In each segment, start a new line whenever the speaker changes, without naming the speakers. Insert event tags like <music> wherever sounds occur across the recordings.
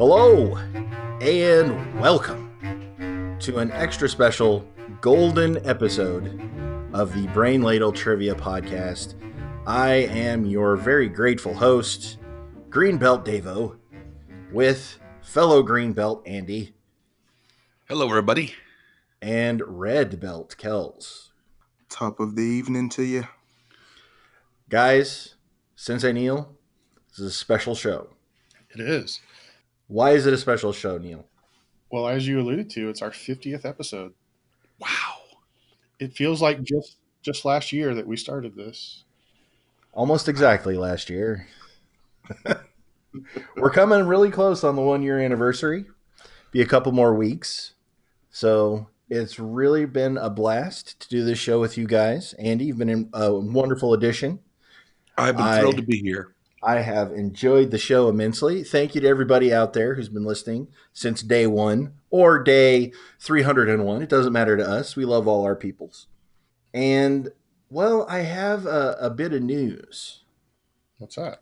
Hello, and welcome to an extra special golden episode of the Brain Ladle Trivia Podcast. I am your very grateful host, Greenbelt Davo, with fellow Greenbelt Andy
Hello, everybody.
and Red Belt Kells.
Top of the evening to you.
Guys, Sensei Neil, this is a special show.
It is.
Why is it a special show, Neil?
Well, as you alluded to, it's our 50th episode.
Wow.
It feels like just just last year that we started this.
Almost exactly last year. We're coming really close on the one year anniversary. Be a couple more weeks. So it's really been a blast to do this show with you guys. Andy, you've been a wonderful addition.
I've been
I-
thrilled to be here.
I have enjoyed the show immensely. Thank you to everybody out there who's been listening since day one or day 301. It doesn't matter to us. We love all our peoples. And, well, I have a, a bit of news.
What's that?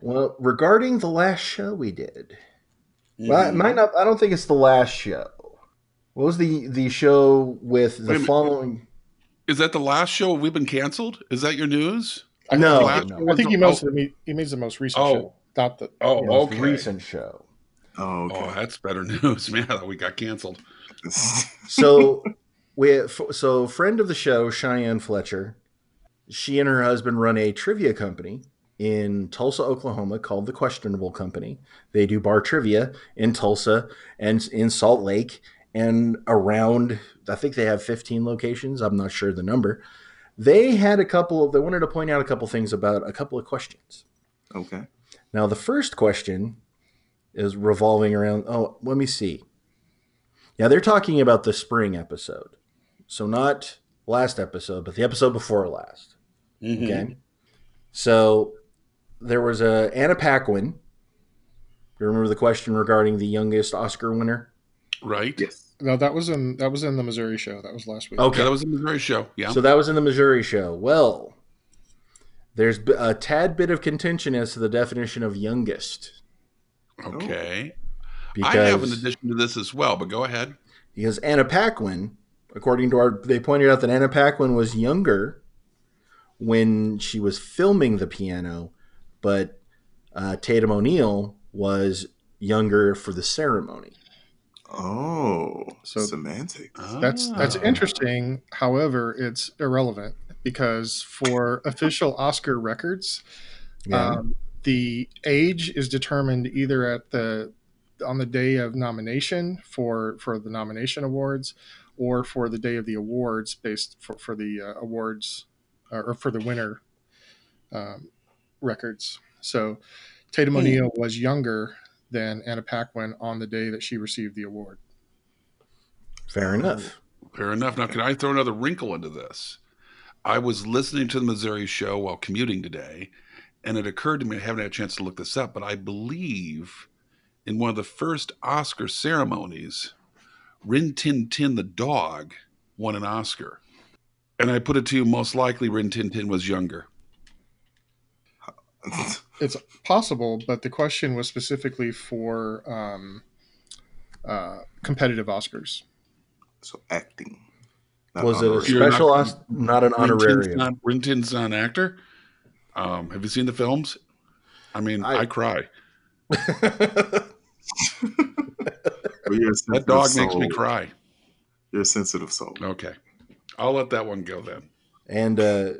Well, regarding the last show we did, well,
Mm-hmm.
it might not, I don't think it's the last show. What was the, the show with
Wait a
the
minute.
following?
Is that the last show we've been canceled? Is that your news?
I
No,
think,
no.
I think he means the he means the most recent
Oh.
show, not the
Oh,
you know,
most
okay.
recent show?
Oh,
Oh, that's better <laughs> news, man. I thought we got canceled.
<laughs>
so we so friend of the show cheyenne fletcher she and her husband run a trivia company in tulsa oklahoma called the questionable company they do bar trivia in tulsa and in salt lake and around i think they have 15 locations i'm not sure the number they had a couple they wanted to point out a couple things about a couple of questions
okay.
now, the first question is revolving around. Oh, let me see. Yeah, they're talking about the spring episode. So, not last episode, but the episode before last.
Mm-hmm.
Okay. So, there was a Anna Paquin. Do you remember the question regarding the youngest Oscar winner?
Right?
Yes.
No, that was in that was in the Missouri show. That was last week.
Yeah, that was the Missouri show. Yeah.
So that was in the Missouri show. Well, there's b- a tad bit of contention as to the definition of youngest.
okay.
Because
I have an addition to this as well, but go ahead.
because Anna Paquin, according to our, they pointed out that Anna Paquin was younger when she was filming the piano, but uh, Tatum O'Neill was younger for the ceremony.
Oh,
So-
semantic. <laughs>
That's that's
Ah.
interesting. However, it's irrelevant because for official Oscar records, Um, the age is determined either at the on the day of nomination for for the nomination awards, or for the day of the awards based for for the uh, awards uh, or for the winner um, records. So Tatum
Hmm.
O'Neal was younger than Anna Paquin on the day that she received the award.
Fair enough.
Fair enough. Now, can I throw another wrinkle into this? I was listening to the Missouri show while commuting today, and it occurred to me I haven't had a chance to look this up, but I believe in one of the first Oscar ceremonies, Rin Tin Tin the dog won an Oscar. And I put it to you, most likely Rin Tin Tin was younger.
It's possible, but the question was specifically for um, uh, competitive Oscars.
so acting. Not
Was it a
honorary.
You're not
special,
gonna-
os- not an
Rin Tin's
honorarium?
not, Rin Tin's not an actor. Um, have you seen the films? I mean,
I-
I cry.
<laughs>
But you're a
That
sensitive
dog makes me
soul.
cry.
You're a sensitive soul.
Okay. I'll let that one go then.
and uh,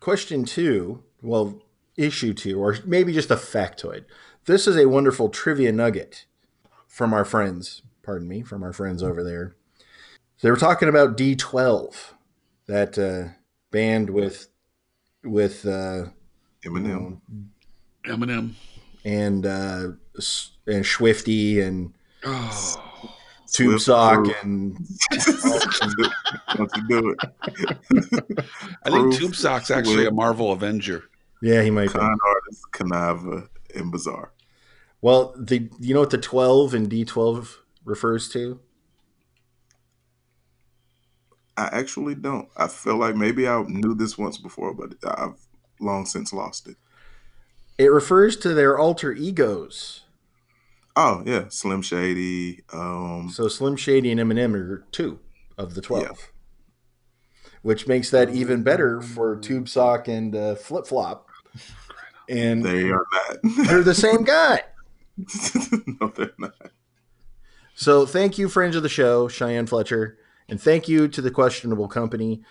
question two, well, issue two, or maybe just a factoid. This is a wonderful trivia nugget from our friends. Pardon me, from our friends over there. They were talking about D12, that uh, band with with uh, Mm.
Eminem.
Eminem.
and uh, S- and Swifty and
Oh.
Tube
Swift
Sock
Proof.
and
<laughs> Don't you do it.
I think
Proof,
Tube Sock's actually
Swift.
a Marvel Avenger.
yeah, he might. Be.
Con artist, Canava, and Bizarre.
Well, the you know what the 12 and D12 refers to?
I actually don't. I feel like maybe I knew this once before, but I've long since lost it.
It refers to their alter egos
Oh yeah, Slim Shady. Um,
So Slim Shady and Eminem are two of the twelve, which makes that even better for Tube Sock and uh, Flip Flop. And
they are not. <laughs>
they're the same guy.
no, they're not.
So thank you, friends of the show, Cheyenne Fletcher, and thank you to the questionable company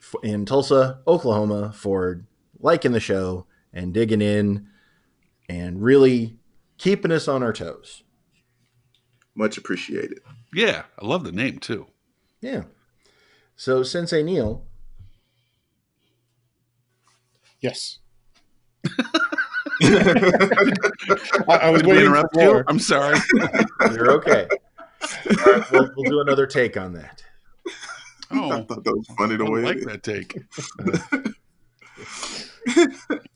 f- in Tulsa, Oklahoma, for liking the show and digging in and really keeping us on our toes.
Much
<laughs>
appreciated. <laughs>
Yeah, I love the name too.
Yeah. So Sensei Neil,
<laughs> Yes.
All
I, I was
Did we
waiting
interrupt
for
you?
more.
I'm
<laughs>
sorry.
you're okay. All right, we'll, we'll do another take on that.
I
Oh,
thought that was funny
I
the way.
like
it
that take.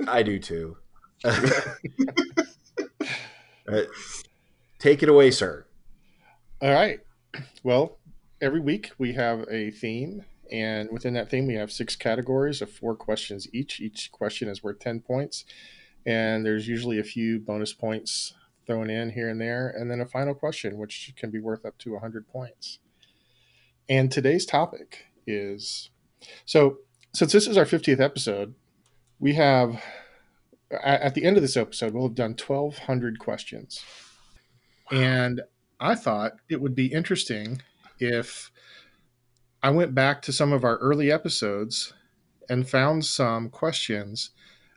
I do
<laughs>
too. Uh, take it away, sir.
All right. Well, every week we have a theme, and within that theme, we have six categories of four questions each. Each question is worth 10 points, and there's usually a few bonus points thrown in here and there, and then a final question, which can be worth up to 100 points. And today's topic is so, since this is our 50th episode, we have a- at the end of this episode, we'll have done 1,200 questions. And I thought it would be interesting if I went back to some of our early episodes and found some questions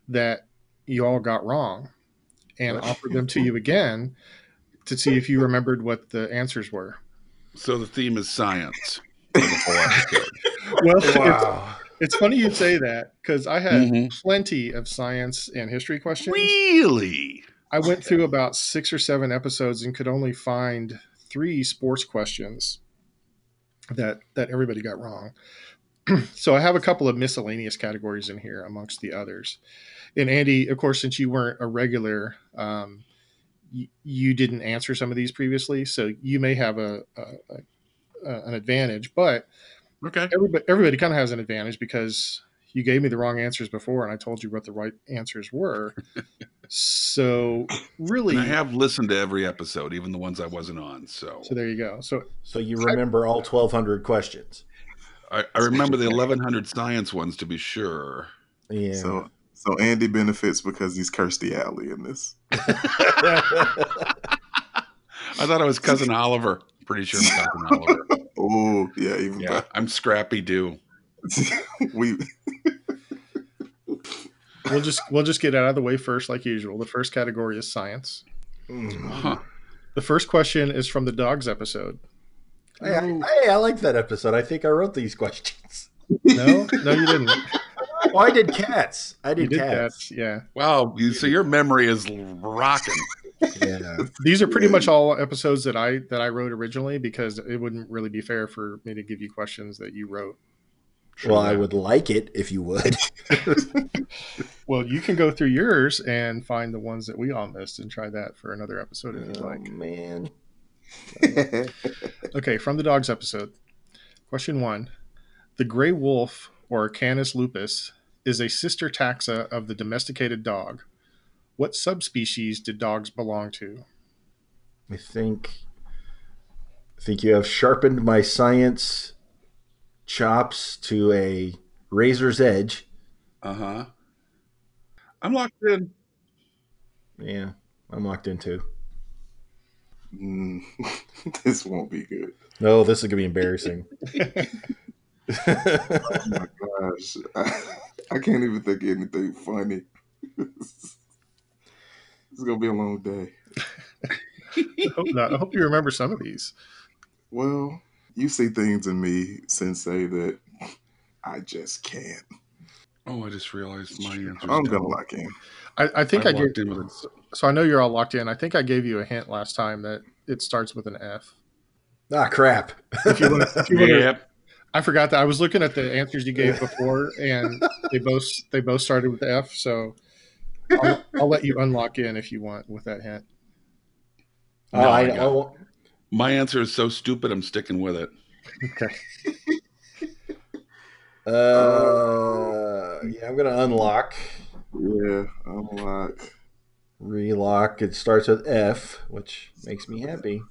that you all got wrong and offered them to you again to see if you remembered what the answers were.
So the theme is science.
Well, it's, it's funny you say that because I had
Mm-hmm.
plenty of science and history questions.
Really?
I went through about six or seven episodes and could only find three sports questions that that everybody got wrong. <clears throat> so I have a couple of miscellaneous categories in here amongst the others. And Andy, of course, since you weren't a regular, um, you, you didn't answer some of these previously, so you may have a, a, a- a an advantage. But
Okay.
everybody everybody kind of has an advantage because you gave me the wrong answers before and I told you what the right answers
<laughs>
were. so really
And I have listened to every episode, even the ones I wasn't on. So
so there you go. So
So you remember all 1,200 questions.
I, I remember the 1100 science ones to be sure.
Yeah. <laughs>
So, so Andy benefits because he's Kirstie Alley in this.
I thought I was cousin Oliver. Pretty sure I'm cousin
<laughs>
Oliver.
Oh yeah, even
Yeah, I'm Scrappy Doo.
better. <laughs> we
we'll just we'll just get out of the way first, like usual. The first category is science.
Huh.
The first question is from the dogs episode.
Hey, I, hey, I like that episode. I think I wrote these questions. <laughs>
No, no, you didn't.
Oh, I did cats. I
You
did,
did that.
cats.
Yeah,
Wow. You, so your memory is rocking.
Yeah.
these are pretty much all episodes that I that I wrote originally because it wouldn't really be fair for me to give you questions that you wrote.
Well, I would like it if you would.
Well, you can go through yours and find the ones that we all missed and try that for another episode if you'd
Oh,
like.
man.
Okay, from the dogs episode. Question one The gray wolf, or Canis lupus, is a sister taxa of the domesticated dog. What subspecies do dogs belong to?
I think I think you have sharpened my science chops to a razor's edge.
Uh huh. I'm locked in.
Yeah, I'm locked into.
Mm, <laughs> this won't be good.
No, Oh, this is gonna be embarrassing. <laughs>
Oh my gosh, I, I can't even think of anything funny. <laughs> it's gonna be a long day.
I hope, not. I hope you remember some of these.
Well, you see things in me, Sensei, that I just can't.
Oh, I just realized my answer.
I'm gonna lock in.
I, I think I,
I
gave
locked in with
so I know you're all locked in. I think I gave you a hint last time that it starts with an F.
ah, crap.
If you wanna, if you wanna,
Yep.
I forgot that I was looking at the answers you <laughs> gave before, and they both they both started with F. So I'll, I'll let you unlock in if you want with that hint.
Oh,
No,
I,
I got
I won't-
My answer is so stupid. I'm sticking with it.
Okay.
uh, yeah, I'm gonna unlock.
Yeah, I'm like,
Relock. It starts with F, which makes me happy.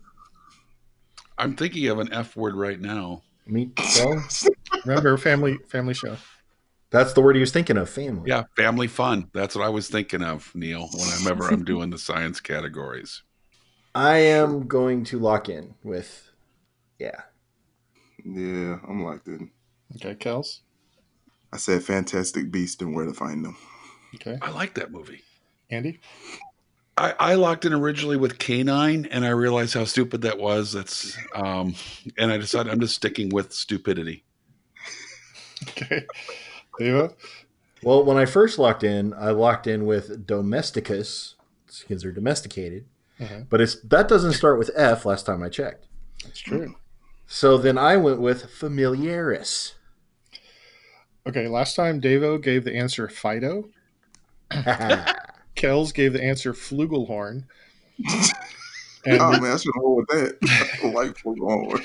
I'm thinking of an F word right now.
Me so
Remember, family family show.
that's the word he was thinking of. Family.
Yeah, family fun. That's what I was thinking of, Neil, whenever I'm doing the science categories.
I am going to lock in with. Yeah.
Yeah, I'm locked in.
Okay, Kels.
I said Fantastic Beast and Where to Find Them.
Okay,
I like that movie.
Andy.
I, I locked in originally with canine and I realized how stupid that was. That's um and I decided I'm just sticking with stupidity.
Okay, Ava.
Well, when I first locked in, I locked in with domesticus because they're domesticated,
Mhm.
but it's that doesn't start with F. Last time I checked.
That's true.
So then I went with familiaris.
Okay, last time Davo gave the answer Fido.
<laughs>
Kells gave the answer <laughs> Flugelhorn. and
oh man, I should hold with that. <laughs> I like what's going on.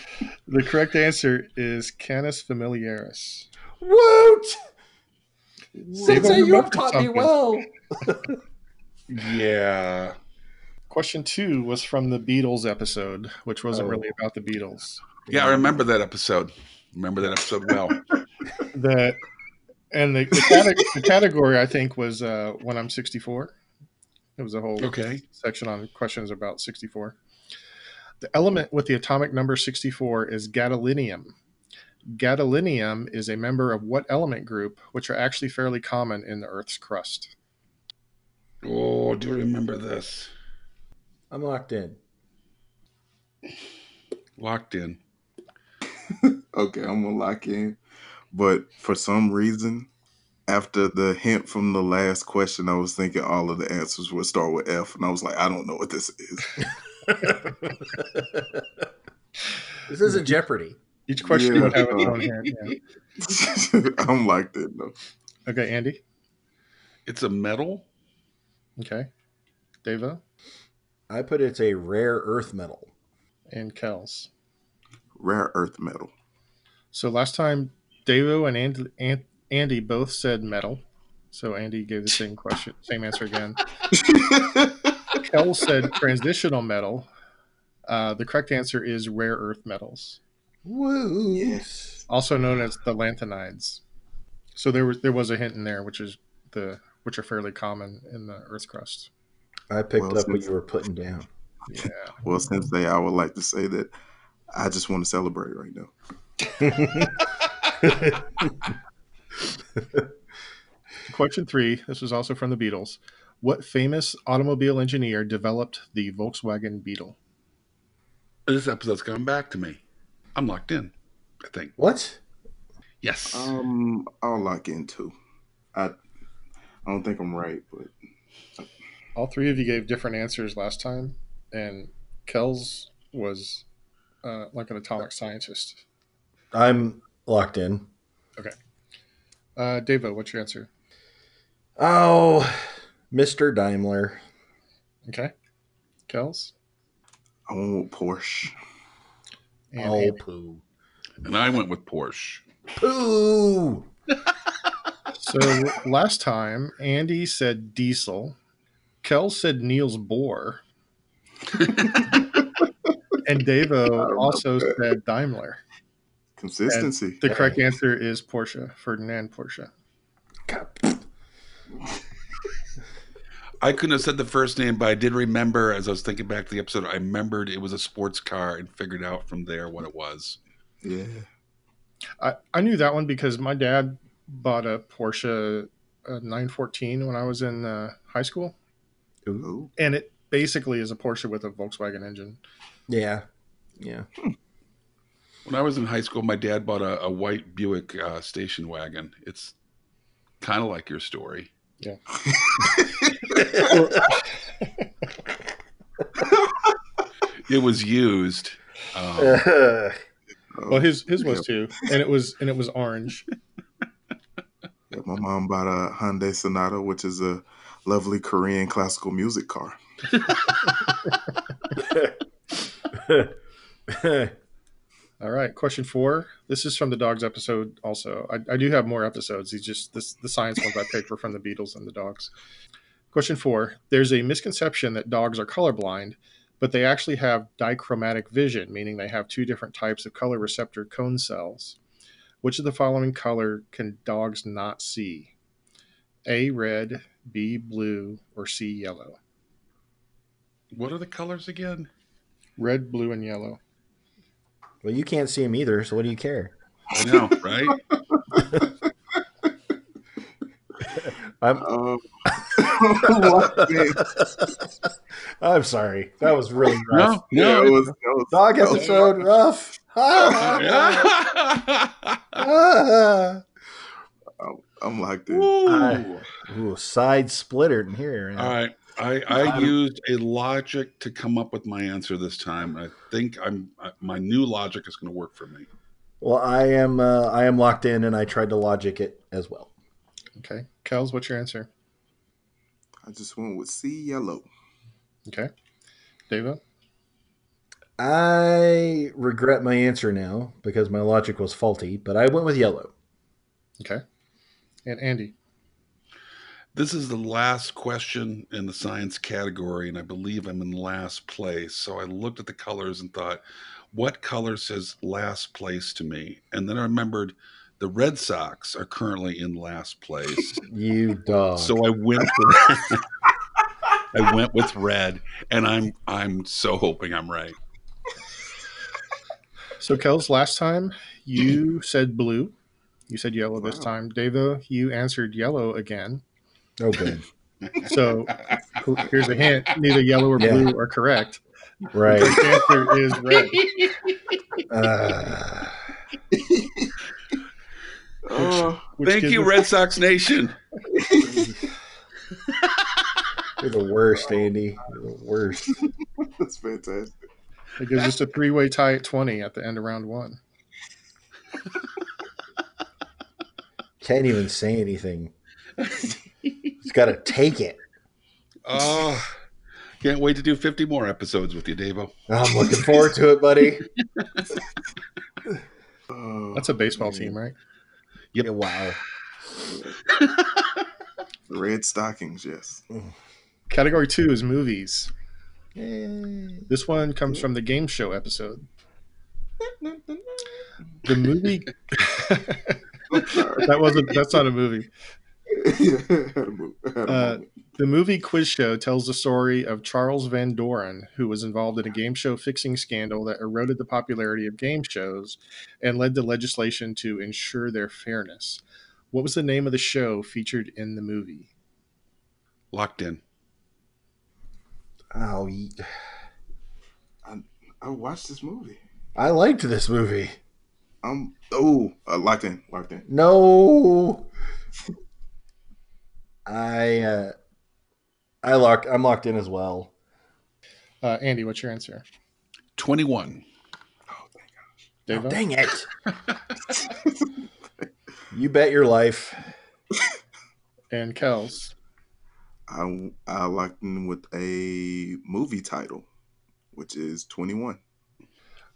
the correct answer is Canis familiaris.
Woot!
Sensei, you have taught me <laughs>
well.
Yeah.
Question two was from the Beatles episode, which wasn't
Oh.
really about the Beatles.
Yeah, I remember that episode. Remember that episode well. <laughs>
The and the, the, cate- the category I think was uh, when I'm 64. It was a whole
Okay.
section on questions about 64. The element with the atomic number 64 is gadolinium. Gadolinium is a member of what element group, which are actually fairly common in the Earth's crust?
Oh, I do remember this.
I'm locked in.
Locked in.
Okay, I'm gonna lock in. But for some reason, after the hint from the last question, I was thinking all of the answers would start with F, and I was like, I don't know what this is.
<laughs>
<laughs>
this isn't Jeopardy.
Each question
Yeah.
would have its own hand. yeah.
I'm locked in though.
Okay, Andy.
It's a metal.
Okay. Deva
I put it's a rare earth metal.
and Kels.
Rare earth metal. <laughs>
So last time, Devo and Andy, An- Andy both said metal. So Andy gave the same question, same answer again. Kel said transitional metal. Uh, the correct answer is rare earth metals,
Woot!
Yes.
also known as the lanthanides. So there was there was a hint in there, which is the which are fairly common in the Earth's crust.
I picked
Well,
up what
since-
you were putting
<laughs>
down.
Yeah.
well, since they, I would like to say that I just want to celebrate right now.
Question three. This was also from the Beatles. What famous automobile engineer developed the Volkswagen Beetle?
This episode's coming back to me. I'm locked in, I think.
what?
Yes.
Um, I'll lock in too. I, I don't think I'm right, but
all three of you gave different answers last time, and Kells was uh, like an atomic scientist.
I'm locked in.
Uh, Devo, what's your answer?
Oh, Mr. Daimler.
Okay, Kells.
I want Porsche.
And
Oh,
Andy.
poo.
and I went with Porsche.
Poo!
So last time, Andy said diesel. Kells said Niels Bohr, and Devo also said Daimler.
Consistency.
The correct answer is Porsche, Ferdinand Porsche.
I couldn't have said the first name, but I did remember as I was thinking back to the episode, I remembered it was a sports car and figured out from there what it was.
Yeah.
I, I knew that one because my dad bought a Porsche uh 914 when I was in uh, high school.
Ooh.
and it basically is a Porsche with a Volkswagen engine.
Yeah.
<laughs>
Yeah. <laughs>
When I was in high school, my dad bought a, a white Buick uh, station wagon. It's kind of like your story. It was used.
<laughs>
Um,
Oh,
Well, his his was too, and it was and it was orange.
yeah, my mom bought a Hyundai Sonata, which is a lovely Korean classical music car.
All right, question four. This is from the dogs episode. Also, I, I do have more episodes. These just this the science ones I picked were from the Beatles and the dogs. Question four There's a misconception that dogs are colorblind, but they actually have dichromatic vision, meaning they have two different types of color receptor cone cells. Which of the following color can dogs not see? A red, B blue, or C yellow?
What are the colors again?
Red, blue, and yellow.
Well, you can't see them either, so what do you care?
I know, right?
I'm,
<laughs> Um, like that.
<laughs> I'm sorry. That was really rough.
No,
yeah, it
no.
was, that was,
Dog
that was-
episode rough. <laughs> Ah, ah.
I'm locked in.
Ooh.
Ooh, side splitter in here.
All right. I, I used a logic to come up with my answer this time. I think I'm I, my new logic is going to work for me.
Well, I am uh, I am locked in, and I tried to logic it as well.
Okay. Kels, what's your answer?
I just went with C yellow.
Okay. Deva?
I regret my answer now because my logic was faulty, but I went with yellow.
Okay. And Andy?
This is the last question in the science category, and I believe I'm in last place. So I looked at the colors and thought, what color says last place to me? And then I remembered the Red Sox are currently in last place.
You dog.
so I went for <laughs> I went with red, and I'm I'm so hoping I'm right.
So, Kels, last time
<clears throat>
you said blue. You said yellow this
Wow.
time. Deva, you answered yellow
<laughs>
again.
oh, good.
So, here's a hint neither yellow or
Yeah.
blue are correct.
Right.
<laughs>
The
<laughs>
answer is red.
Uh,
Oh,
which
Thank
gives
you,
us-
Red Sox Nation.
you're the worst, Andy. You're the worst.
<laughs> that's fantastic.
It gives us a three way tie at 20 at the end of round one.
Can't even say anything. It's got to take it.
Oh, can't wait to do 50 more episodes with you, Davo.
I'm looking forward to it, buddy.
Oh,
That's a baseball
man.
team, right?
Yeah, wow.
Red stockings, yes. <laughs>
Category two is movies.
Eh.
This one comes from the game
<laughs>
show episode. The movie <laughs>
I'm sorry. <laughs>
that wasn't that's not a movie.
Yeah, I had a mo- I had a
Uh,
moment.
The movie quiz show tells the story of Charles Van Doren, who was involved in a game show fixing scandal that eroded the popularity of game shows and led to legislation to ensure their fairness. What was the name of the show featured in the movie?
Locked in.
Oh, ye-
I watched this movie.
I liked this movie.
I'm oh uh, locked in, locked in.
No. I uh, I lock I'm locked in as well.
Uh, Andy, what's your answer?
21.
Oh, thank
Oh,
Dave?
dang it. you bet your life.
and Kels.
I I locked in with a movie title, which is Twenty One.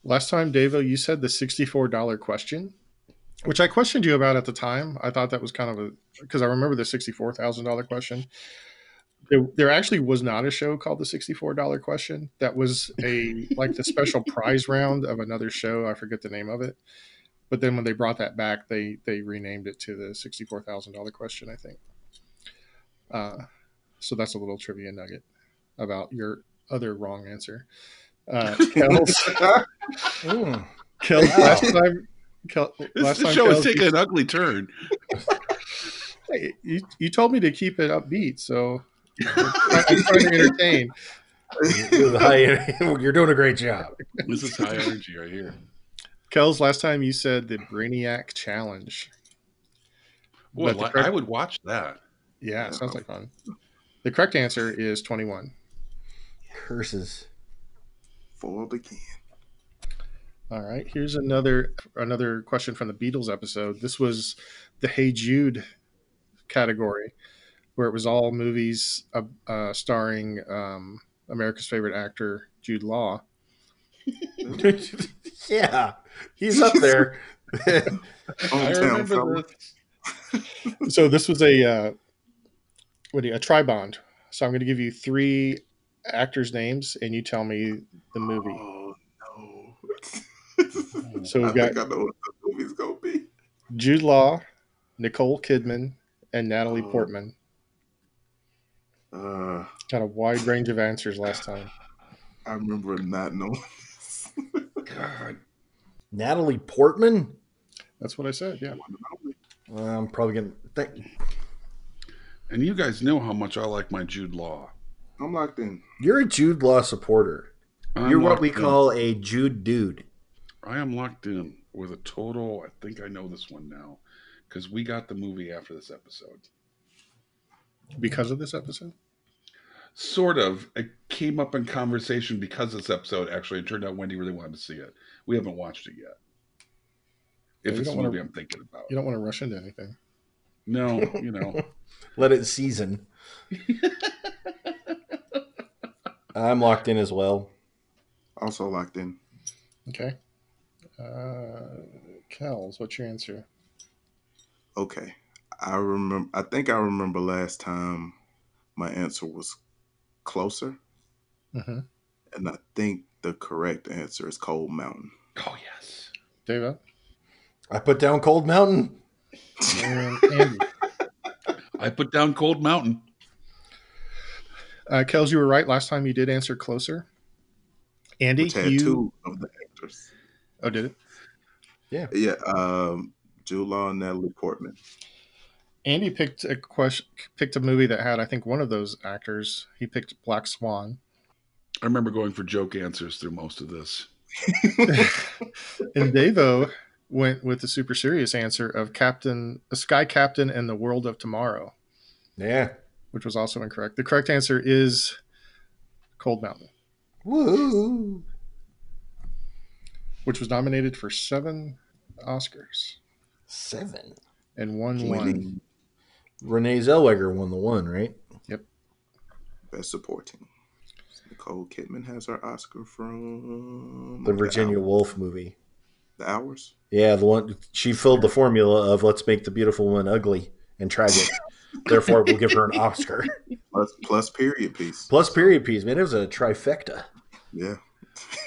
Last time, Davo, you said the $64 question, which I questioned you about at the time. I thought that was kind of a because I remember the $64,000 question. There, there actually was not a show called the $64 question. That was a like the special prize round of another show. I forget the name of it. But then when they brought that back, they they renamed it to the $64,000 question, I think. Uh, so that's a little trivia nugget about your other wrong answer. Uh,
<laughs>
Kels.
Mm.
Kel,
Wow.
last time, Kel,
This
last
this
time
show is
Kels,
taking an ugly turn.
you, you, you told me to keep it upbeat, so I- I'm trying to entertain.
You're the high- <laughs> You're doing a great job.
This is high energy right here.
Kels, last time you said the Brainiac Challenge.
Boy,
But the
li-
correct-
I would watch that.
Yeah, sounds like fun. The correct answer is 21.
Curses. <laughs>
Foiled again.
All right, here's another another question from the Beatles episode. This was the Hey Jude category, where it was all movies uh, uh, starring um, America's favorite actor Jude Law.
yeah. He's up there. <laughs>
I
Hometown fella.
<laughs>
remember this.
so this was a uh, what do you, a tri bond So I'm going to give you three actors' names, and you tell me the movie.
Oh no!
So
I
we've
think
got
I know what the movie's gonna be.
Jude Law, Nicole Kidman, and Natalie
Oh.
Portman.
Uh,
Got a wide range of answers last time.
I remember not knowing. this.
God.
Natalie Portman.
That's what I said. Yeah.
Uh, I'm probably gonna. Think,
And you guys know how much I like my Jude Law.
I'm locked in.
you're a Jude Law supporter.
I'm
you're what
locked
we
in.
call a Jude dude.
I am locked in with a total. I think I know this one now because we got the movie after this episode.
Because of this episode?
Sort of. It came up in conversation because this episode actually it turned out Wendy really wanted to see it. We haven't watched it yet.
Yeah,
If
you
it's
don't
the
wanna-
movie I'm thinking about.
You don't want to rush into anything. <laughs>
No, you know.
Let it season. I'm locked in as well.
Also locked in.
Okay. Uh, Kells, what's your answer?
Okay. I remember. I think I remember last time. My answer was closer,
Mm-hmm.
and I think the correct answer is Cold Mountain.
oh yes.
<laughs> Dave? uh,
I put down Cold Mountain.
And Andy.
I put down Cold Mountain.
Uh, Kells, you were right. Last time you did answer closer. Andy,
Which had
you.
two of the actors.
Oh, did it?
Yeah, um, Jude Law and Natalie Portman.
Andy picked a question, picked a movie that had, I think, one of those actors. He picked Black
<laughs>
Swan.
I remember going for joke answers through most of this.
and Davo went with the super serious answer of Captain, a Sky Captain, and the World of Tomorrow,
Yeah.
which was also incorrect. The correct answer is Cold Mountain,
Woo.
which was nominated for seven Oscars
Seven.
and one won.
Winning
Renee Zellweger won the one, right?
Best Supporting. Nicole Kidman has her Oscar from
The Virginia Woolf movie.
The Hours.
Yeah, the one she filled the formula of let's make the beautiful one ugly and tragic. Therefore, we'll give her an Oscar.
Plus, plus period piece.
Plus period piece, man. It was a trifecta.
Yeah.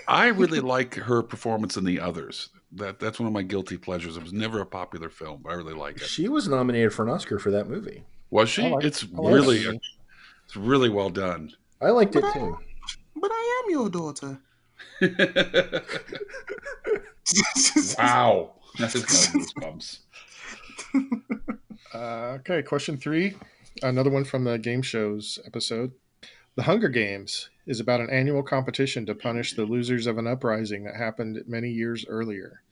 I
<laughs>
really like her performance in the others. That that's one of my guilty pleasures. It was never a popular film, but I really like it.
She was nominated for an Oscar for that movie.
Was she?
I like-
it's
I like that
really
movie.
it's really well
<laughs>
done.
I liked it too.
But I am your <laughs> daughter.
<laughs>
wow. That's just goosebumps.
Uh, okay, question three, another one from the game shows episode. The Hunger Games is about an annual competition to punish the losers of an uprising that happened many years earlier.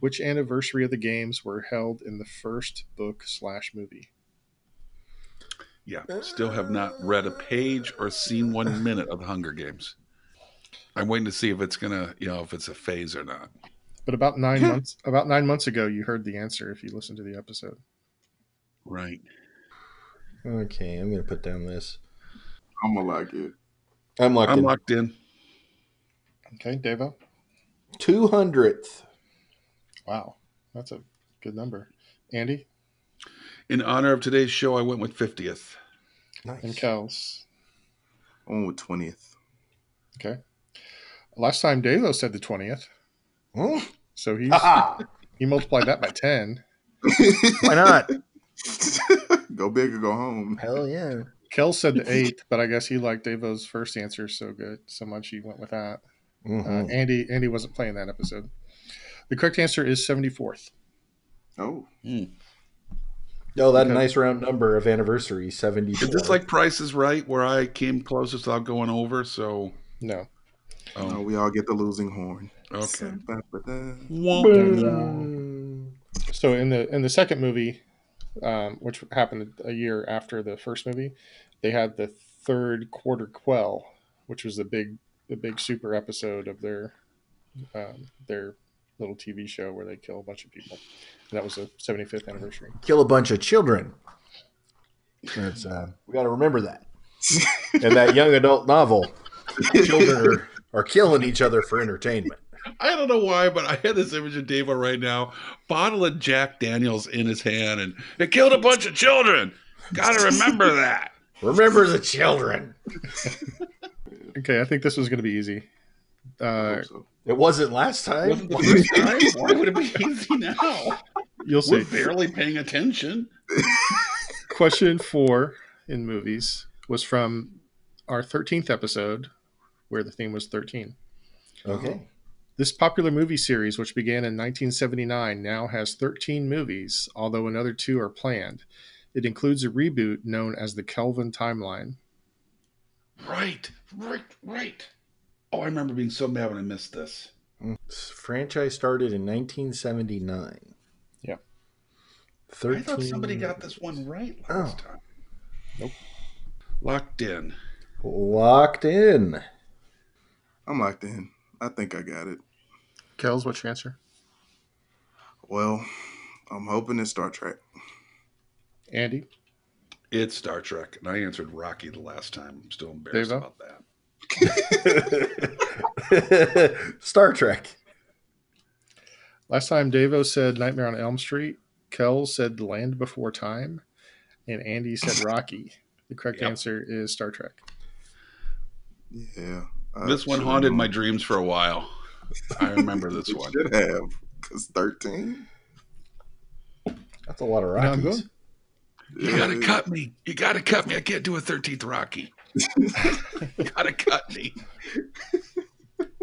Which anniversary of the games were held in the first book slash movie?
Yeah. Still have not read a page or seen one minute of the Hunger Games. I'm waiting to see if it's gonna, you know, if it's a phase or not.
But about nine months about nine months ago, you heard the answer if you listened to the episode.
Right.
Okay, I'm gonna put down this.
I'm gonna like it.
I'm locked
I'm
in.
locked in.
Okay, Devo.
Two hundredth.
Wow, that's a good number. Andy
In honor of today's show, I went with 50th.
and
Nice.
Kels.
On with twentieth.
Okay. Last time Devo said the twentieth,
Hmm? <laughs>
so
<laughs>
he's
Ha-ha.
he multiplied that by ten.
Why not?
<laughs> go big or go home.
Hell yeah.
Kel said the eighth, but I guess he liked Davo's first answer so good, so much he went with that. Uh,
Mhm.
Andy, Andy wasn't playing that episode. The correct answer is seventy fourth.
Oh,
Oh, that
Okay.
nice round number of anniversary, 74.
Is this like Price is Right, where I came closest without going over? So,
No,
now
oh,
we all get the losing horn.
okay.
Ba-ba-da.
Mm.
so in the in the second movie, um, which happened a year after the first movie, they had the third quarter quell, which was the big the big super episode of their um, their little TV show where they kill a bunch of people. And that was the seventy fifth anniversary.
Kill a bunch of children. That's, uh, we got to remember
<laughs>
that. and that young adult novel, children are, are killing each other for entertainment.
I don't know why, but I had this image of Dave right now, bottle of <laughs> Jack Daniels in his hand, and it killed a bunch of children. Gotta remember that.
Remember the children.
Okay, I think this was going to be easy. Uh,
Hope so.
It wasn't last time.
Wasn't the first time? Why would it be easy now?
you'll see.
We're barely paying attention.
Question four in movies was from our 13th episode, where the theme was 13.
Okay.
This popular movie series, which began in 1979, now has 13 movies, although another two are planned. It includes a reboot known as the Kelvin Timeline.
Right, right, right. Oh, I remember being so mad when I missed this.
This franchise started in 1979.
Yep.
I
13
thought somebody got this one right last time.
Nope.
Locked in.
Locked
<laughs>
in.
I'm locked in. I think I got it.
Kells, what's your answer?
Well, I'm hoping it's Star Trek.
Andy?
It's Star Trek, and I answered Rocky the last time. I'm still embarrassed
Devo?
about that.
Star Trek.
Last time, Davo said Nightmare on Elm Street. Kells said Land Before Time. And Andy <laughs> said Rocky. The correct
Yep.
answer is Star Trek.
Yeah. I
this one
should've
haunted
known.
my dreams for a while. I <laughs> remember this
You
one.
Should have, cause thirteen.
That's a lot of
know, I'm
Rockies.
good.
You gotta cut me. You gotta cut me. I can't do a 13th <laughs> Rocky. you gotta cut me.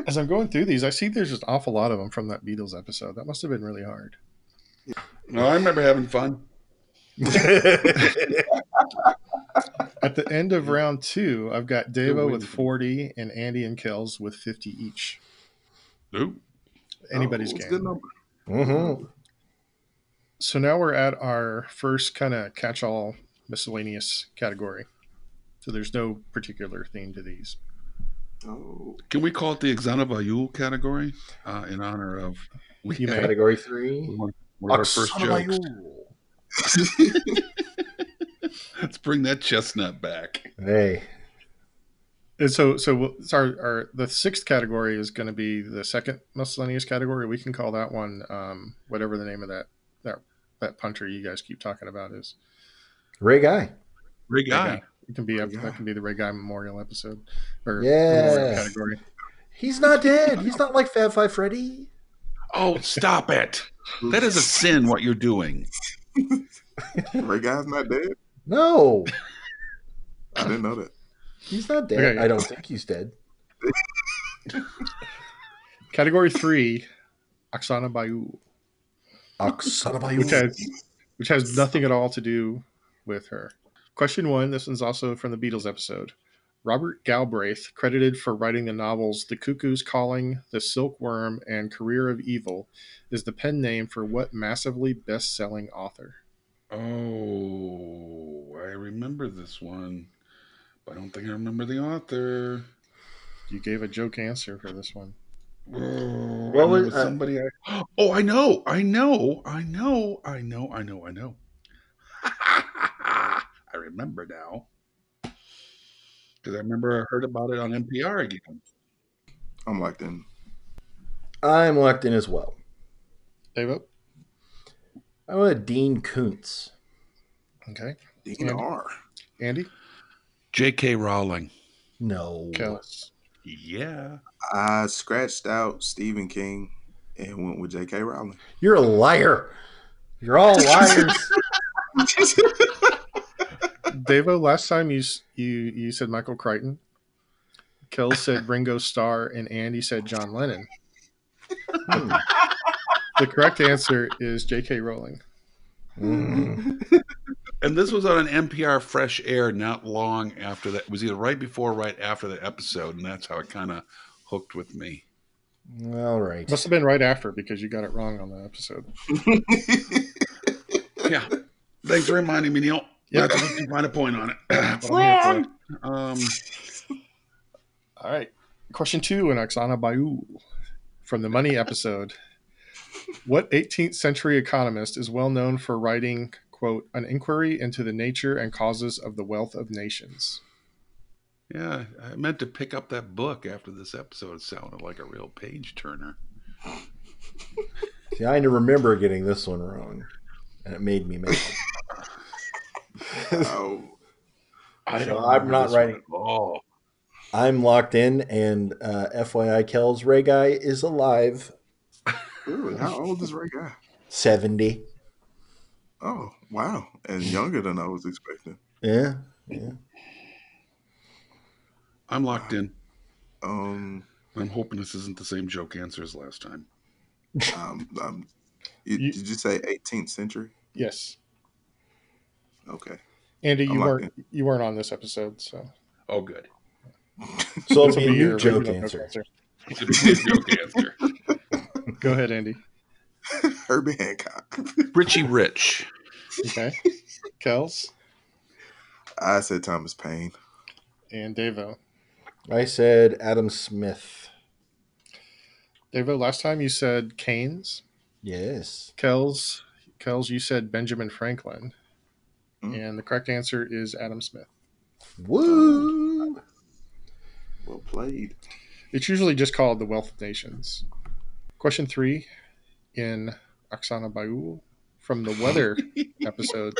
As I'm going through these, I see there's just an awful lot of them from that Beatles episode. That must have been really hard.
No, I remember having fun.
<laughs>
At the end of round two, I've got Devo
win.
with 40 and Andy and Kells with 50 each.
Nope.
Anybody's
Oh, it's a Good
game. Mm-hmm.
number.
Mhm.
So now we're at our first kind of catch all miscellaneous category. So there's no particular theme to these.
Oh,
Can we call it the Exanavayu category uh, in honor of we
You may.
had
Category three.
one one of our first jokes? Let's bring that chestnut back.
Hey.
And so, so we'll, so our, our the sixth category is going to be the second miscellaneous category. We can call that one um, whatever the name of that that that punter you guys keep talking about is.
Ray Guy.
Great guy.
It can be a,
Yeah.
that can be the Ray Guy Memorial episode or
Yeah.
memorial category.
He's not dead. He's not like Fab Five Freddy.
Oh, stop it. That is a sin what you're doing.
Ray Guy's not dead.
No,
I didn't know that.
he's not dead.
Okay.
I don't think he's dead.
Category three, Oksana Bayou,
Oksanabayu.
which has which has nothing at all to do with her. Question one. This one's also from the Beatles episode. Robert Galbraith, credited for writing the novels *The Cuckoo's Calling*, *The Silkworm*, and *Career of Evil*, is the pen name for what massively best-selling author?
Oh, I remember this one, but I don't think I remember the author.
You gave a joke answer for this one.
Oh,
What
I know
was- uh,
somebody? I, <gasps> oh, I know, I know, I know, I know, I know, I know. <laughs> I remember now because I remember I heard about it on NPR again.
I'm locked in.
I'm locked in as well.
Dave, oh,
I want Dean Koontz.
okay.
DNR.
Andy,
J.K. Rowling.
No,
Kells,
Yeah.
I scratched out Stephen King and went with J.K. Rowling. <laughs>
you're a liar. You're all liars.
Devo. Last time you s- you you said Michael Crichton. Kells said Ringo Starr, and Andy said John Lennon.
Hmm.
The correct answer is J.K. Rowling.
Mm.
Mm-hmm.
And this was on an NPR Fresh Air not long after that. It was either right before or right after the episode, and that's how it kind of hooked with me.
All right.
Must have been right after because you got it wrong on the episode.
Yeah. Thanks for reminding me, Neil. Yeah,
Yeah.
I can find a point <coughs> on it. But I'm here
Wrong.
for it. Um,
All right. Question two in Oksana Bayou from the Money episode. what 18th century economist is well known for writing, quote, an inquiry into the nature and causes of the wealth of nations?
Yeah, I meant to pick up that book after this episode. It sounded like a real page turner.
See, I remember getting this one wrong, and it made me mad.
Oh,
I
So
don't
I'm
remember
not
this one
writing-
at all.
I'm locked in, and uh, FYI, Kells Ray guy is alive.
Really? How old is Ray Guy?
Seventy.
Oh, wow. And younger than I was expecting.
Yeah, yeah.
I'm locked in.
Um,
I'm hoping this isn't the same joke answer as last time.
um, um you,
You-
did you say 18th century?
Yes,
Okay.
Andy, you
I'm locked
weren't you weren't on this episode, so
Oh, good.
So
This
it'll
will
be a new
your
joke
original
answer.
It's a good joke answer.
Go ahead, Andy.
Herbie Hancock.
<laughs> Richie Rich.
Okay, Kels
I said Thomas Paine.
and Devo.
I said Adam Smith.
Devo, last time you said Keynes.
Yes.
Kells, Kells, you said Benjamin Franklin,
Hmm.
and the correct answer is Adam Smith.
Woo.
Well played.
It's usually just called the Wealth of Nations. Question three in Oksana Bayul from the weather episode.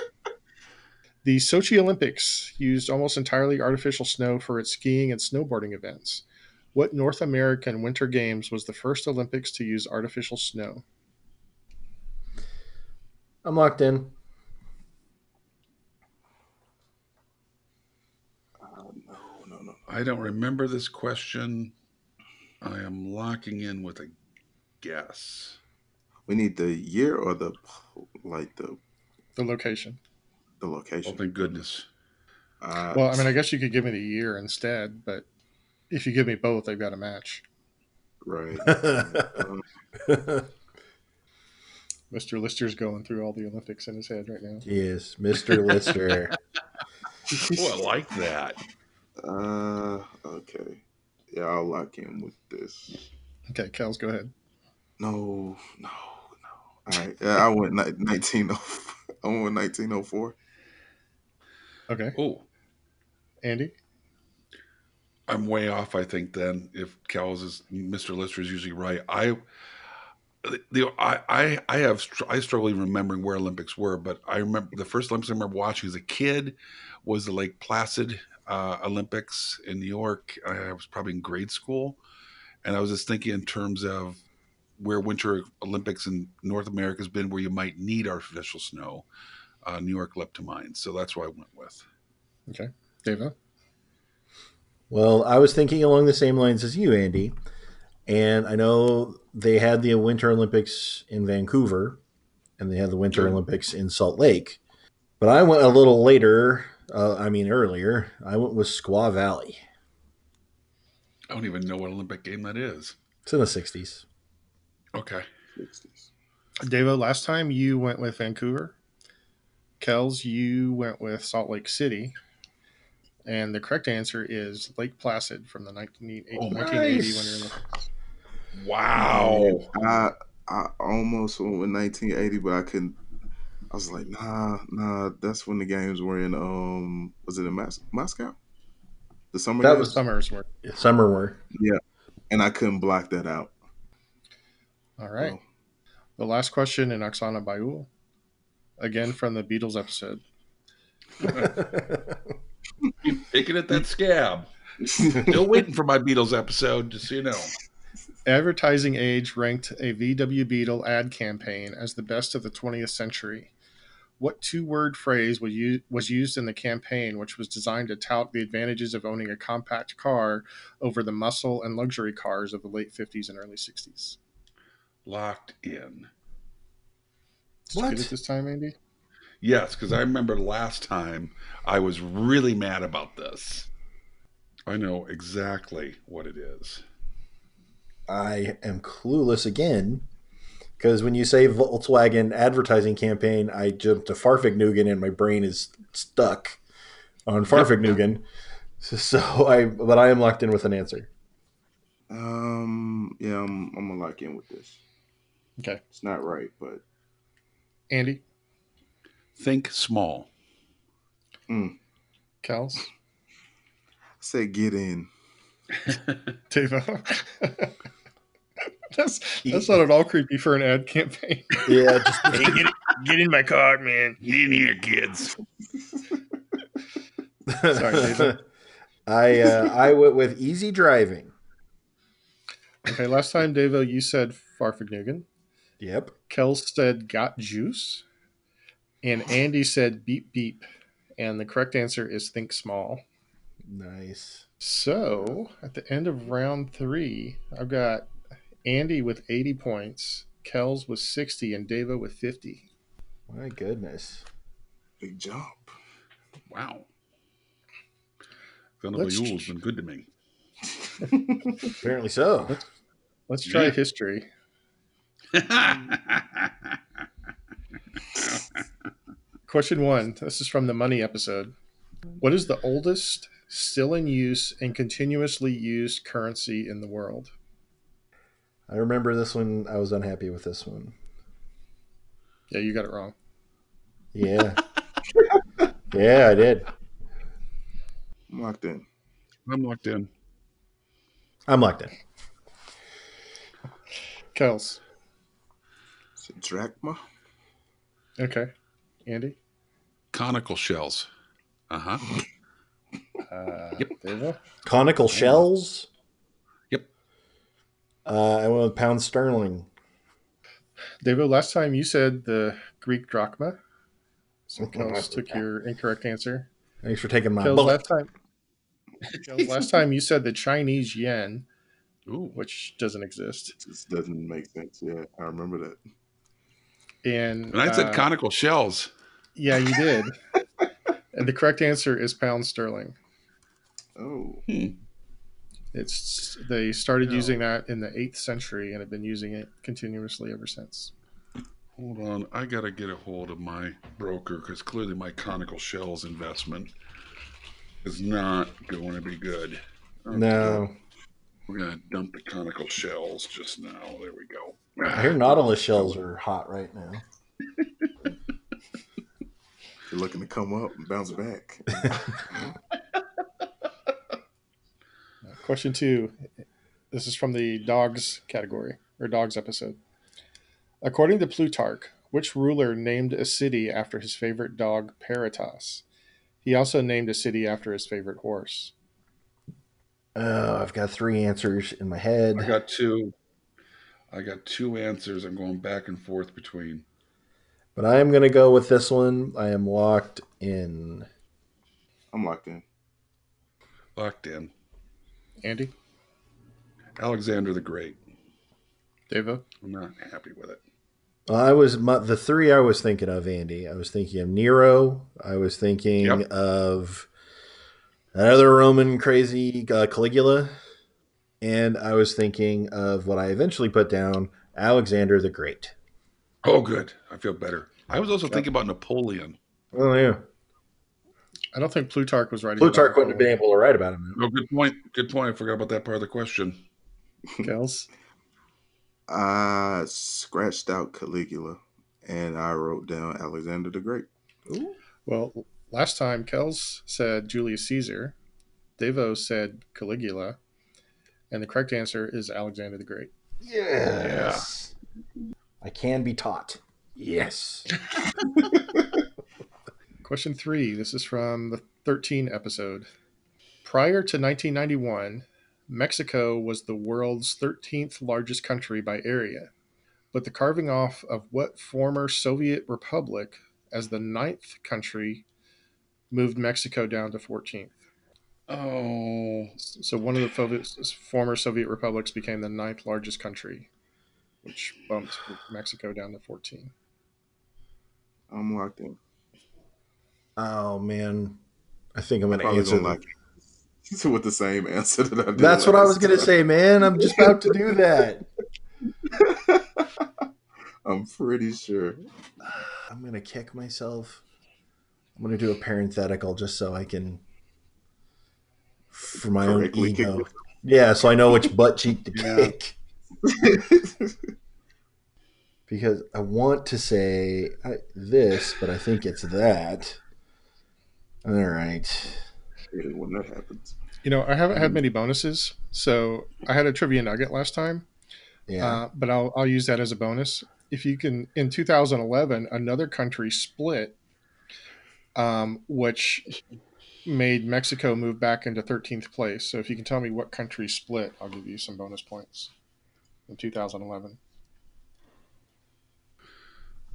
The Sochi Olympics used almost entirely artificial snow for its skiing and snowboarding events. What North American Winter Games was the first Olympics to use artificial snow?
I'm locked in. <laughs>
Oh, no, no, no.
I don't remember this question. I am locking in with a guess.
We need the year or the like the
The location.
the
Oh,
location.
thank goodness.
Uh,
Well, I mean, I guess you could give me the year instead, but if you give me both, I've got a match.
<laughs>
<laughs>
right.
Mr. Lister's going through all the Olympics in his head right now.
yes, Mr. Lister.
Oh, I like that.
Uh, okay. Yeah, I'll lock in with this.
Okay, Kels, go ahead.
No, no, no. All right. Yeah, I went ni- 1904. <laughs> I went 1904.
Okay,
Oh,
Andy.
I'm way off, I think, then, if Cal's is Mr. Lister is usually right. I. The, I, I I have str- I struggle even remembering where Olympics were, but I remember the first Olympics I remember watching as a kid was the Lake Placid uh, Olympics in New York. I was probably in grade school, and I was just thinking in terms of where Winter Olympics in North America has been, where you might need artificial snow. Uh, New York leapt to mind, so that's what I went with.
Deva.
Well, I was thinking along the same lines as you, Andy. And I know they had the Winter Olympics in Vancouver and they had the Winter
Sure.
Olympics in Salt Lake. But I went a little later, uh, I mean earlier, I went with Squaw Valley.
I don't even know what Olympic game that is.
It's in the 60s.
Okay.
60s.
Devo, last time you went with Vancouver. Kels, you went with Salt Lake City. And the correct answer is Lake Placid from the 1980
Oh,
1980 Winter
nice.
Olympics.
Wow.
I I almost went with 1980, but I couldn't. I was like, nah, nah. That's when the games were in. Um, was it in Mas- Moscow? The summer.
That
games?
was-
Summers were.
Summer were.
and I couldn't block that out.
All right. The last question in Oksana Bayul. Again from the Beatles episode.
<laughs>
<laughs>
You're picking at that
<laughs>
scab. Still waiting for my Beatles episode, just so you know.
Advertising Age ranked a VW Beetle ad campaign as the best of the 20th century. What two word phrase was, u- was used in the campaign, which was designed to tout the advantages of owning a compact car over the muscle and luxury cars of the late 50s and early 60s?
Locked in.
Did you
What?
get it this time, Andy?
Yes, because I remember last time I was really mad about this. I know exactly what it is.
I am clueless again because when you say Volkswagen advertising campaign, I jumped to Farfignugan and my brain is stuck on Farfignugan. <laughs> So, so I, but I am locked in with an answer.
<laughs> Um, yeah, I'm, I'm gonna lock in with this.
Okay.
It's not right, but
Andy,
Think small.
Kels,
I said get in.
Devo. <laughs> that's, that's not at all creepy for an ad campaign.
Yeah, <laughs> just
get, in my car, man.
Get in here, kids.
Sorry, Nathan.
I uh, I went with easy driving.
Okay, last time, Davo, you said Farfignugan.
Yep.
Kels said got juice. And Andy said beep beep. And the correct answer is think small.
Nice.
So at the end of round three, I've got Andy with 80 points, Kells with 60, and Davo with 50.
My goodness.
Big jump.
Wow. Venerable
Let's-
Yule's been good to
<laughs>
me.
Apparently so.
Let's try
Yeah.
history. Question one. This is from the money episode. What is the oldest still in use and continuously used currency in the world?
I remember this one. I was unhappy with this one.
Yeah, you got it wrong.
Yeah. <laughs> yeah, I did.
I'm locked in.
I'm locked in.
I'm locked in.
Kels.
Is it drachma?
Okay. Andy?
Conical shells. Uh huh.
<gasps> Uh,
Yep.
Davo?
Conical shells.
Yep.
Uh, I went with pound sterling.
Davo, last time you said the Greek drachma. So
Mhm.
Kels took your incorrect answer.
Thanks for taking my
Kels,
bullet.
last time. Kels, last time you said the Chinese yen,
Ooh.
which doesn't exist.
This doesn't make sense. Yeah, I remember that.
And,
And I said
uh,
conical shells.
Yeah, you
<laughs>
did. and the correct answer is pound sterling.
Oh,
It's they started
No.
using that in the eighth century and have been using it continuously ever since.
Hold on. I got to get a hold of my broker because clearly my conical shells investment is not going to be good.
No.
We're going to dump the conical shells just now. There we go. Ah,
I hear Nautilus shells are hot right now.
you're looking to come up and bounce back.
Question two. This is from the dogs category or dogs episode. According to Plutarch, which ruler named a city after his favorite dog Peritas? He also named a city after his favorite horse.
Oh, I've got three answers in my head.
I got two. I got two answers. I'm going back and forth between.
But I am going to go with this one. I am locked in.
I'm locked in.
Locked in.
Andy,
Alexander the Great.
Devo,
I'm not happy with it.
I was my, the three I was thinking of, Andy. I was thinking of Nero. I was thinking
Yep.
of another Roman crazy uh, Caligula, and I was thinking of what I eventually put down, Alexander the Great.
Oh, good. I feel better. I was also thinking about Napoleon.
Oh yeah,
I don't think Plutarch was right.
Plutarch wouldn't have been able to write about him.
No, Oh, good point. Good point. I forgot about that part of the question.
Gels.
I scratched out Caligula and I wrote down Alexander the Great.
Well, last time Kels said Julius Caesar, Devo said Caligula, and the correct answer is Alexander the Great.
Yes, I can be taught. Yes.
Question three. This is from the 13 episode. Prior to 1991, Mexico was the world's 13th largest country by area. But the carving off of what former Soviet republic as the ninth country moved Mexico down to 14th?
Oh,
So one of the fo- former Soviet republics became the ninth largest country, which bumped Mexico down to 14.
I'm locked in.
Oh man, I think I'm going to
Probably
answer.
gonna
the-
lock it. <laughs> with the same answer that I did.
That's what I was
last
going to
time.
say, man. I'm just about to do that.
I'm
<laughs>
pretty sure.
I'm gonna kick myself. I'm gonna do a parenthetical just so I can, for my own
Correctly kick
ego.
myself.
Yeah, so I know which butt cheek to
Yeah.
kick. Because I want to say I, this, but I think it's that. All right.
Shit, when that happens.
You know, I haven't had many bonuses, so I had a trivia nugget last time,
Yeah.
uh, but I'll, I'll use that as a bonus. If you can, in 2011, another country split, um, which made Mexico move back into 13th place. So if you can tell me what country split, I'll give you some bonus points in 2011.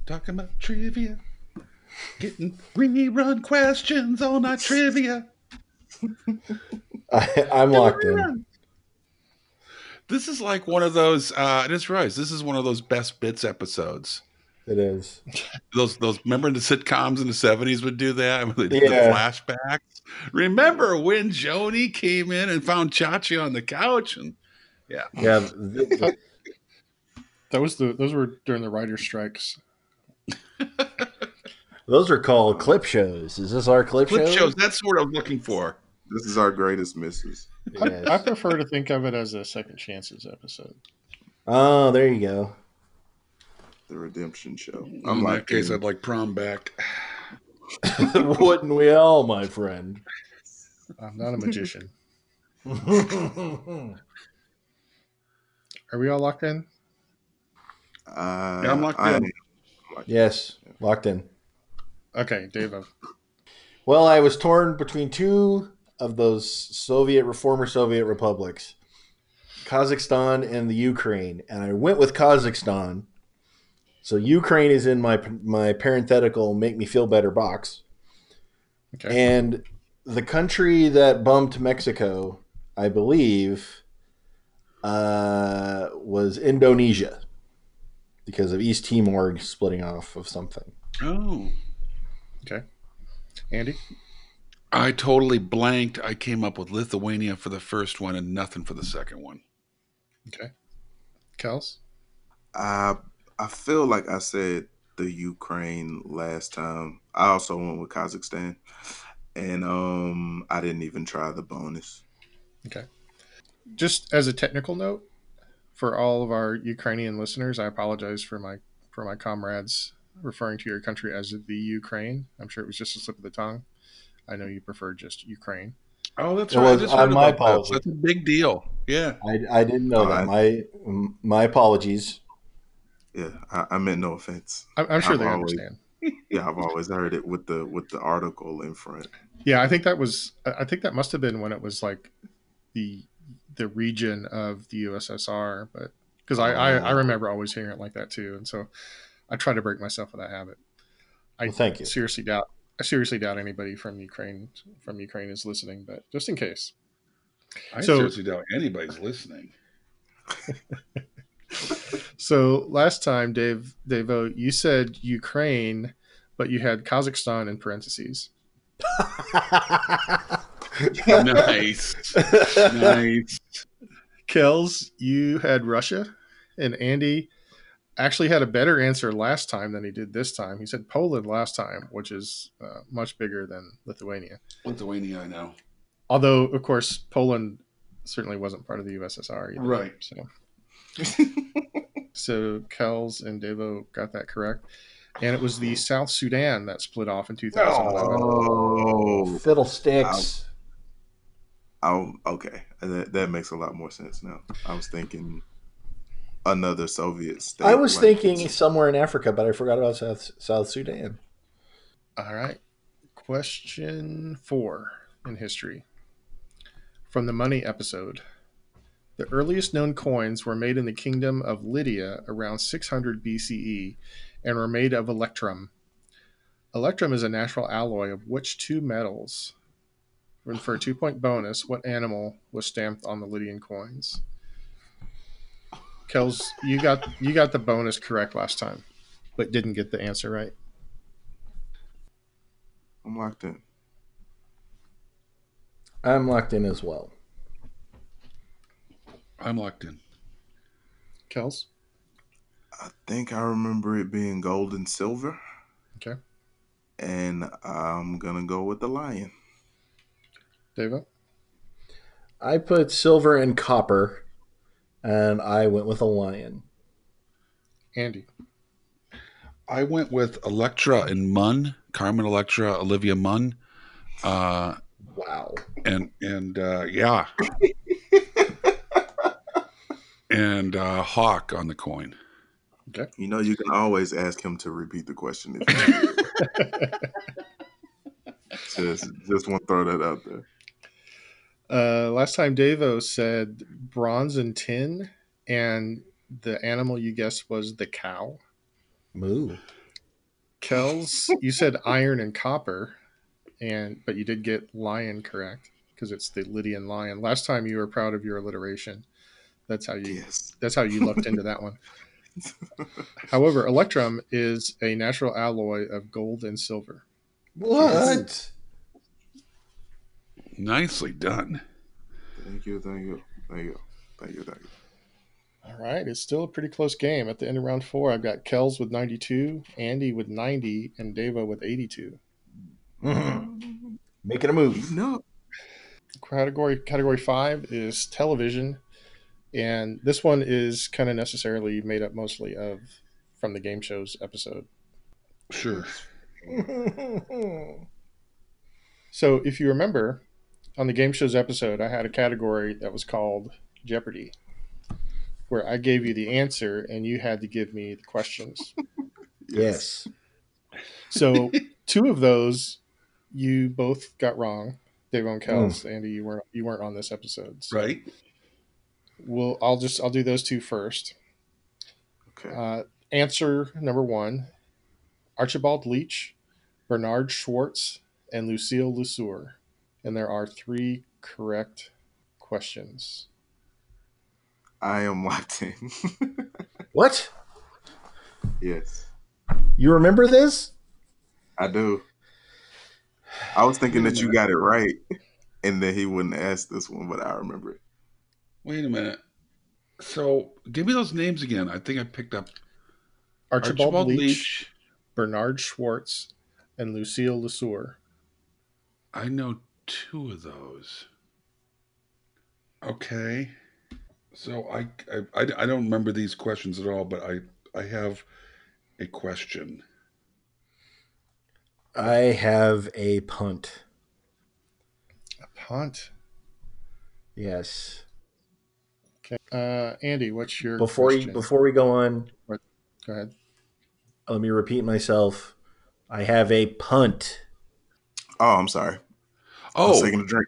Talking about trivia. Getting rerun questions on our trivia.
<laughs> I, I'm locked in.
This is like one of those. Uh, I just realized this is one of those best bits episodes.
It is.
Those those remember the sitcoms in the seventies would do that <laughs> when they did
Yeah.
the flashbacks. Remember when Joni came in and found Chachi on the couch and
Yeah. th- th-
That was the those were during the writer's strikes.
those are called clip shows. Is this our clip,
clip
show?
shows? That's what I'm looking for.
This is our greatest misses.
Yes.
I, I prefer to think of it as a second chances episode.
Oh, there you go. <laughs>
The redemption show.
in that
locked
case,
in.
I'd like prom back.
Wouldn't we all, my friend? <laughs>
I'm not a magician.
All
<laughs> Are we all locked in?
Uh,
Yeah, I'm locked
I-
in.
Yes, locked in.
Okay, Dave. I've-
Well, I was torn between two of those Soviet, former Soviet republics, Kazakhstan and the Ukraine, and I went with Kazakhstan. So Ukraine is in my my parenthetical make me feel better box,
Okay.
and the country that bumped Mexico, I believe, uh, was Indonesia because of East Timor splitting off of something.
Oh,
Andy.
I totally blanked. I came up with Lithuania for the first one and nothing for the second one.
Kels.
I I feel like I said the Ukraine last time. I also went with Kazakhstan, and um, I didn't even try the bonus.
Just as a technical note, for all of our Ukrainian listeners, I apologize for my for my comrades referring to your country as the Ukraine. I'm sure it was just a slip of the tongue. I know you prefer just Ukraine.
Oh, that's
It
right.
was-
I just
uh,
heard
my
about that.
apologies.
That's a big deal. Yeah.
I, I didn't know
All
that.
right.
My m- my apologies.
Yeah, I, I meant no offense.
I'm, I'm sure
I'm
they
always-
understand.
Yeah, I've always heard it with the with the article in front.
Yeah, I think that was. I I think that must have been when it was like the the region of the USSR, but because I, I I
Oh.
remember always hearing it like that too, and so I try to break myself of that habit. I
Well, thank you.
seriously doubt. I seriously doubt anybody from Ukraine from Ukraine is listening, but just in case,
I
So-
seriously doubt
<laughs>
anybody's listening.
So last time, Dave, Davo, you said Ukraine, but you had Kazakhstan in parentheses.
nice. nice.
Kells, you had Russia, and Andy actually had a better answer last time than he did this time. He said Poland last time, which is uh, much bigger than Lithuania.
Lithuania, I know.
Although, of course, Poland certainly wasn't part of the USSR, either,
Right.
So, so Kells and Devo got that correct, and it was the South Sudan that split off in 2011.
Oh,
<laughs> Fiddlesticks.
oh okay, that, that makes a lot more sense now. I was thinking another Soviet state.
I was
like-
thinking somewhere in Africa, but I forgot about South South Sudan.
All right. Question four in history from the money episode. The earliest known coins were made in the kingdom of Lydia around 600 BCE E and were made of electrum. Electrum is a natural alloy of which two metals? And For a two point bonus, what animal was stamped on the Lydian coins? Kels, you got you got the bonus correct last time, but didn't get the answer right.
I'm locked in.
I'm locked in as well.
I'm locked in.
Kels?
I think I remember it being gold and silver.
Okay.
And I'm gonna go with the lion.
Deva?
I put silver and copper, and I went with a lion.
Andy. <laughs>
I went with Electra and Munn, Carmen Electra, Olivia Munn. Uh,
Wow.
and and
<laughs>
uh, yeah. and uh, Hawk on the coin.
You know, you
<laughs>
can always ask him to repeat the question. If you Just, just want to throw that out there.
Uh, last time Davo said bronze and tin, and the animal you guessed was the cow.
Moo.
Kells, you said iron and copper, and but you did get lion correct because it's the Lydian lion. Last time you were proud of your alliteration. That's how you
Yes.
that's how you lucked into that one. However, electrum is a natural alloy of gold and silver.
What?
Nicely done.
Thank you, thank you, thank you, thank you, thank you.
All right, it's still a pretty close game. At the end of round four, I've got Kells with 92, Andy with 90, and Devo with 82.
Mhm. Making a move.
Eating up.
Category category five is television, and this one is kind of necessarily made up mostly of from the game shows episode.
Sure.
So, if you remember, on the game shows episode, I had a category that was called Jeopardy, where I gave you the answer and you had to give me the questions.
<laughs> yes.
So, two of those you both got wrong. Dave and Kells, Andy, you weren't you weren't on this episode. So
Right?
We'll I'll just I'll do those two first.
Okay.
Uh, answer number one: Archibald Leach, Bernard Schwartz, and Lucille Lesueur, and there are three correct questions.
I am locked in.
What?
<laughs> yes,
You remember this?
I do. I was thinking that you got it right, and that he wouldn't ask this one, but I remember it.
Wait a minute. So give me those names again. I think I picked up
Archibald, Leach, Bernard Schwartz, and Lucille Lesueur.
I know two of those. Okay. So I, I I- I don't remember these questions at all, but I I have a question.
I have a punt.
A punt.
Yes.
Okay. Uh, Andy, what's your
Before you,
question?
before we go on,
Go ahead.
let me repeat myself. I have a punt.
Oh, I'm sorry. I was
Oh
taking a drink.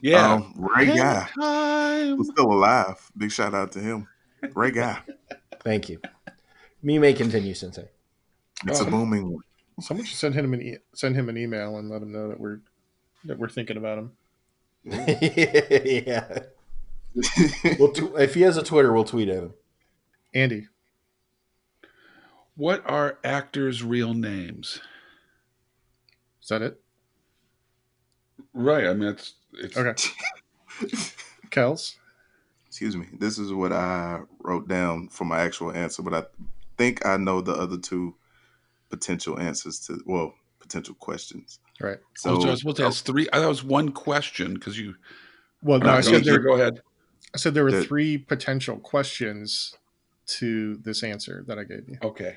yeah,
Um, Ray Guy
Time.
was still alive. Big shout out to him. Ray Guy.
Thank you. Me may continue, Sensei. <laughs>
It's a
Oh.
booming one. <laughs>
Someone should send him an e- send him an email and let him know that we're that we're thinking about him.
yeah. We'll tw- if he has a Twitter, we'll tweet at him.
Andy,
What are actors' real names?
is that it?
Right. I mean, it's it's
Okay. Kels,
Excuse me. This is what I wrote down for my actual answer, but I think I know the other two potential answers to well potential questions.
right?
oh,
So,
so I was supposed to ask three. I thought it was one question because you.
Well, no, I
go,
said there.
go ahead.
I said there were
The-
three potential questions to this answer that I gave you.
Okay.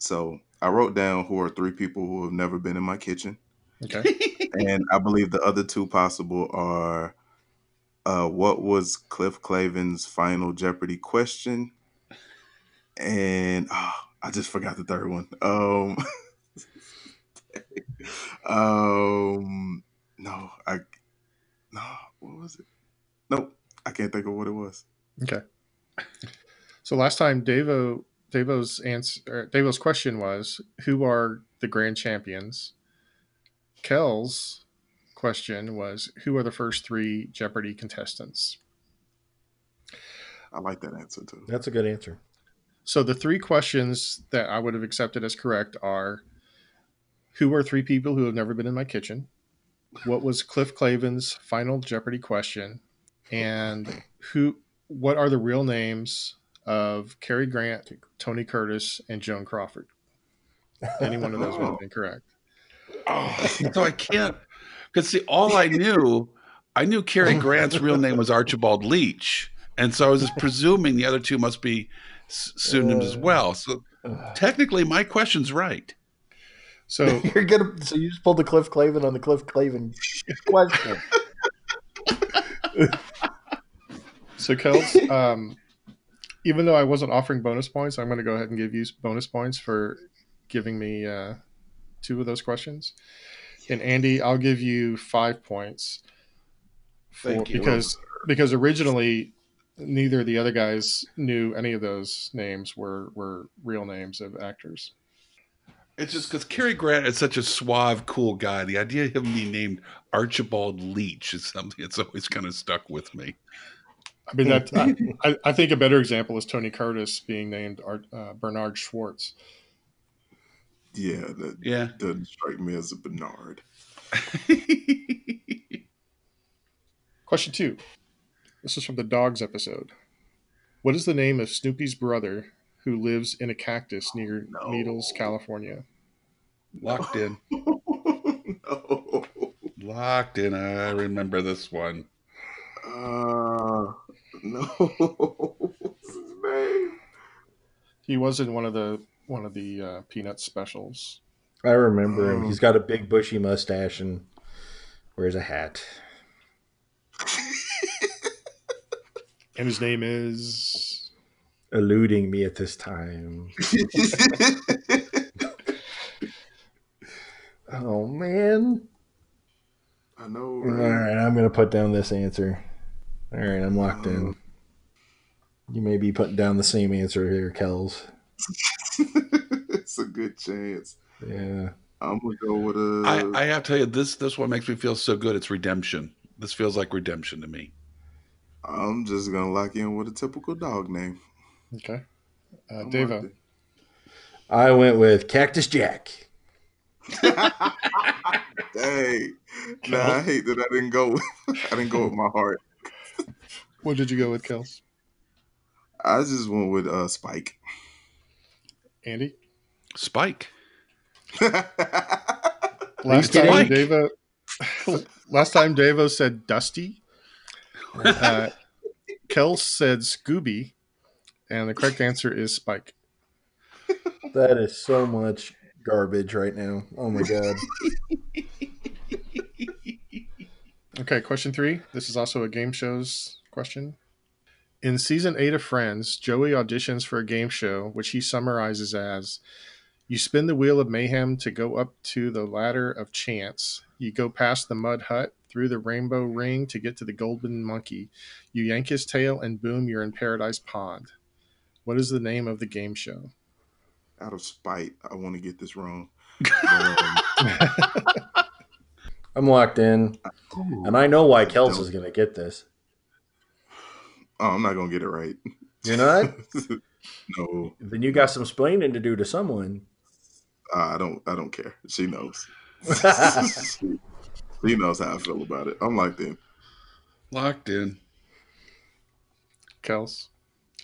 so I wrote down who are three people who have never been in my kitchen.
Okay.
and I believe the other two possible are uh, what was Cliff Clavin's final Jeopardy question, and ah, I just forgot the third one. Um, <laughs> um, no, I no, what was it? Nope, I can't think of what it was.
so last time, Davo Davo's answer, or Davo's question was, "Who are the grand champions?" Kels' question was, "Who are the first three Jeopardy contestants?"
I like that answer too.
That's a good answer.
So the three questions that I would have accepted as correct are who are three people who have never been in my kitchen? What was Cliff Clavin's final Jeopardy question? And who what are the real names of Cary Grant, Tony Curtis, and Joan Crawford? Any one of those would have been correct.
Oh, so I can't. Because see, all I knew, I knew Cary Grant's real name was Archibald Leach, and so I was just presuming the other two must be s- pseudonyms as
Uh.
well. So technically, my question's right.
So
<laughs> You're gonna. So you just pulled the Cliff Clavin on the Cliff <laughs> Clavin question.
<laughs>
so Kels, um, even though I wasn't offering bonus points, I'm gonna go ahead and give you bonus points for giving me uh, two of those questions. And Andy, I'll give you five points. For,
Thank you.
Because because originally neither of the other guys knew any of those names were were real names of actors.
It's just because Cary Grant is such a suave, cool guy. The idea of him being named Archibald Leach is something that's always kind of stuck with me.
I mean,
<laughs>
that I, I- I think a better example is Tony Curtis being named Art, uh, Bernard Schwartz.
Yeah, that
Yeah.
doesn't strike me as a Bernard. <laughs>
Question two. This is from the dogs episode. What is the name of Snoopy's brother who lives in a cactus near
Oh, no.
Needles, California?
Locked in.
no.
Locked in. I remember this one.
Uh, <laughs> no. What's his name?
He was in one of the one of the uh, Peanuts specials.
I remember him.
Oh.
He's got a big bushy mustache and wears a hat.
And his name is
Eluding me at this time. Oh man.
I know.
All
Right?
right, I'm gonna put down this answer. All right, I'm locked in. You may be putting down the same answer here, Kells.
<laughs> it's a good chance.
Yeah.
I'm gonna go with a.
I, I have to tell you, this this one makes me feel so good. It's redemption. This feels like redemption to me.
am just gonna lock in with a typical dog name.
okay. Uh,
I'm
Devo.
locked
I went with Cactus Jack.
in. <laughs> Dang. Nah, I hate that I didn't go. With, <laughs> I didn't go with my heart.
What did you go with, Kels?
I just went with uh Spike. <laughs>
Andy?
Spike.
Last
you
time
like.
Devo last time Devo said Dusty. Uh, Kels said Scooby, and the correct answer is Spike.
That is so much garbage right now. Oh my god.
Okay, question three. This is also a game show's question. In season eight of Friends, Joey auditions for a game show, which he summarizes as You spin the wheel of mayhem to go up to the ladder of chance. You go past the mud hut, through the rainbow ring to get to the golden monkey. You yank his tail, and boom, you're in Paradise Pond. What is the name of the game show?
Out of spite, I want to get this wrong. But, um, <laughs>
I'm locked in. And I know why Kells is gonna get this.
oh, I'm not gonna get it right.
You're
<laughs>
not?
no,
Then you got some explaining to do to someone.
I don't. I don't care. She knows. <laughs>
I
she knows how I feel about it. I'm like them.
Locked in.
Kels?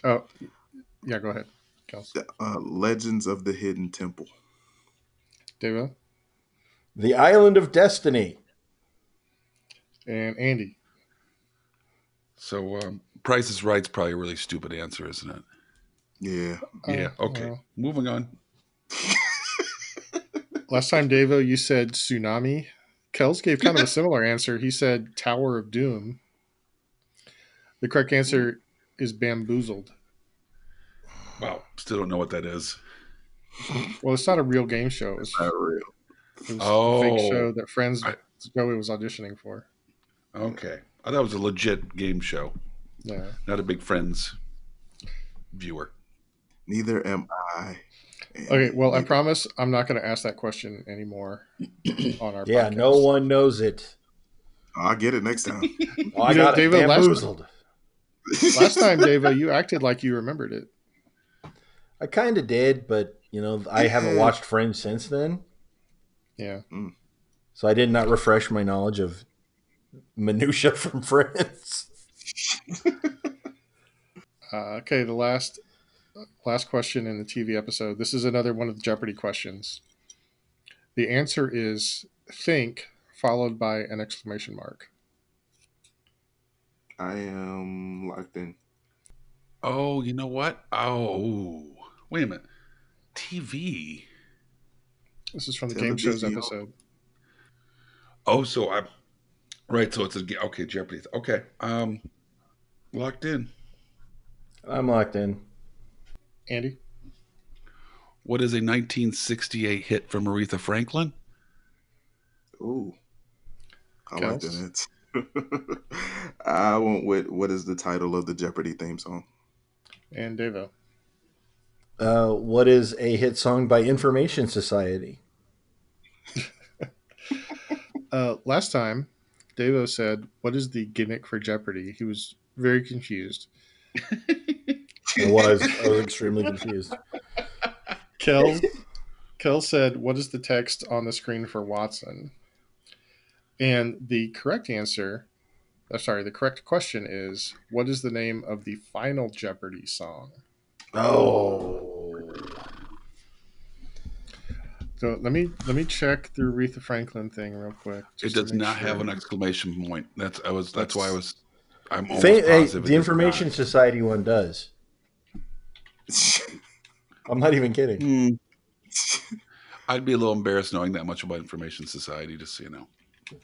Oh, yeah, go ahead. Kels.
Uh, Legends of the Hidden Temple.
Devo
The Island of Destiny.
and Andy.
So um, Price is Right's probably a really stupid answer, isn't it?
Yeah.
yeah.
Oh,
Okay.
well.
Moving on.
Last time, Davo, you said tsunami. Kels gave kind of a similar answer. He said Tower of Doom. The correct answer is bamboozled.
Wow. Still don't know what that is.
Well, it's not a real game show. It was,
Not real.
it was a
Oh.
fake show that friends
I-
Joey was auditioning for.
Okay. I thought it Oh, was a legit game show,
Yeah.
not a big Friends viewer.
Neither am I. And
Okay. Well, I promise I'm not going to ask that question anymore on our.
Yeah,
podcast.
no one knows it.
I'll get it next time.
Oh, I
You know,
got it.
David, last-
bamboozled.
Last time, Davo, you acted like you remembered it.
I kind of did, but you know, I haven't watched Friends since then,
Yeah.
so I did not refresh my knowledge of minutia <laughs> from Friends.
Uh, okay, the last last question in the TV episode. This is another one of the Jeopardy questions. The answer is think followed by an exclamation mark.
<laughs> I am locked in.
Oh, you know what? Oh, wait a minute. TV.
This is from the
Tell the
game shows
Disney
episode.
Oh, so I'm right. So it's a ga- okay Jeopardy. Okay, um, locked in.
I'm locked in.
Andy,
What is a 1968 hit from Aretha Franklin?
Ooh, I like that. <laughs> I won't. What What is the title of the Jeopardy theme song? <laughs>
And Devo.
Uh, what is a hit song by Information Society?
Uh, last time, Devo said, "What is the gimmick for Jeopardy?" He was very confused.
I was. I was extremely
<laughs>
confused.
Kel, Kel said, "What is the text on the screen for Watson?" And the correct answer, uh, sorry, the correct question is, "What is the name of the final Jeopardy song?"
Oh,
So let me let me check the Aretha Franklin thing real quick.
It
just to
does
make
not have
sure.
an exclamation point. That's I was. That's why I was. I'm almost
Fa- hey,
positive it
the
does
Information
not.
Society one does. I'm not even kidding.
<laughs> Hmm. I'd be a little embarrassed knowing that much about Information Society. Just so you know.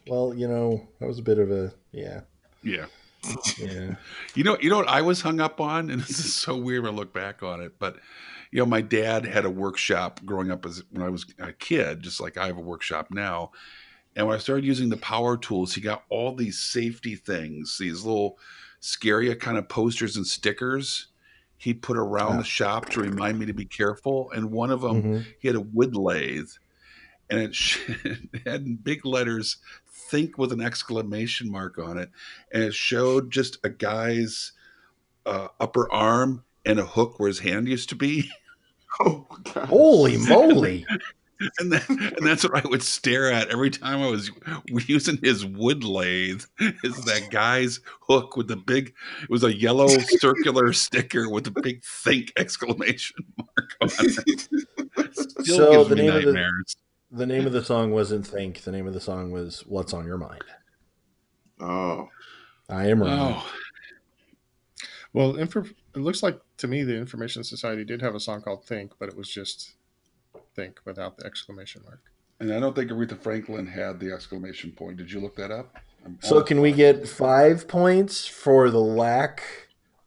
Well, you know, that was a bit of a yeah,
Yeah. <laughs>
yeah.
You know, you know what I was hung up on, and this is so weird when I look back on it. But you know, my dad had a workshop growing up as when I was a kid, just like I have a workshop now. And when I started using the power tools, he got all these safety things, these little scary kind of posters and stickers he put around the shop to remind me to be careful. And one of them,
Mhm.
he had a wood lathe, and it, sh- <laughs> it had in big letters "Think" with an exclamation mark on it, and it showed just a guy's uh, upper arm and a hook where his hand used to be. <laughs>
oh God!
Holy moly!
and, that, and that's what I would stare at every time I was <laughs> using his wood lathe. Is that guy's hook with the big? It was a yellow circular sticker with a big "think" <laughs> exclamation mark on it. Still
So
gives
the
me
name of the-
nightmares.
The name of the song wasn't "Think." The name of the song was "What's on Your Mind."
Oh,
I am wrong.
oh,
Well, infor- it looks like to me the Information Society did have a song called "Think," but it was just "Think" without the exclamation mark.
and I don't think Aretha Franklin had the exclamation point. Did you look that up? I'm
So can we get five points for the lack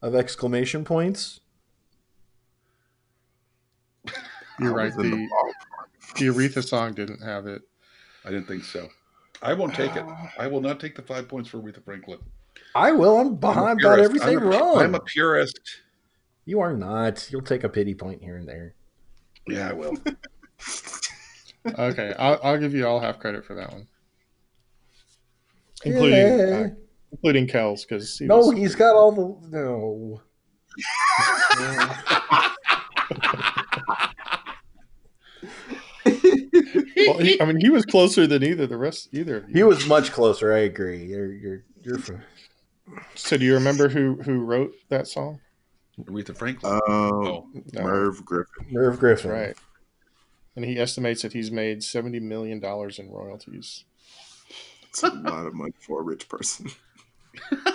of exclamation points?
You're
I was
right. The,
in the
the
ballpark.
Aretha song didn't have it.
I didn't think so. I won't take it. I will not take the five points for Aretha Franklin.
I will. I'm behind about
Purist.
everything
I'm a-
wrong.
I'm a purist.
You are not. You'll take a pity point here and there.
Yeah, I will.
Okay, I'll, I'll give you all half credit for that one, including uh, including Kel's because he
no,
was-
he's got all the no.
well, he- I mean he was closer than either the rest either of you.
He was much closer. I agree. You're you're you're. From,
So do you remember who who wrote that song?
Aretha Franklin.
Uh,
oh,
No,
Merv Griffin.
Merv Griffin.
right. And he estimates that he's made seventy million dollars in royalties.
It's a lot of money for a rich person. <laughs>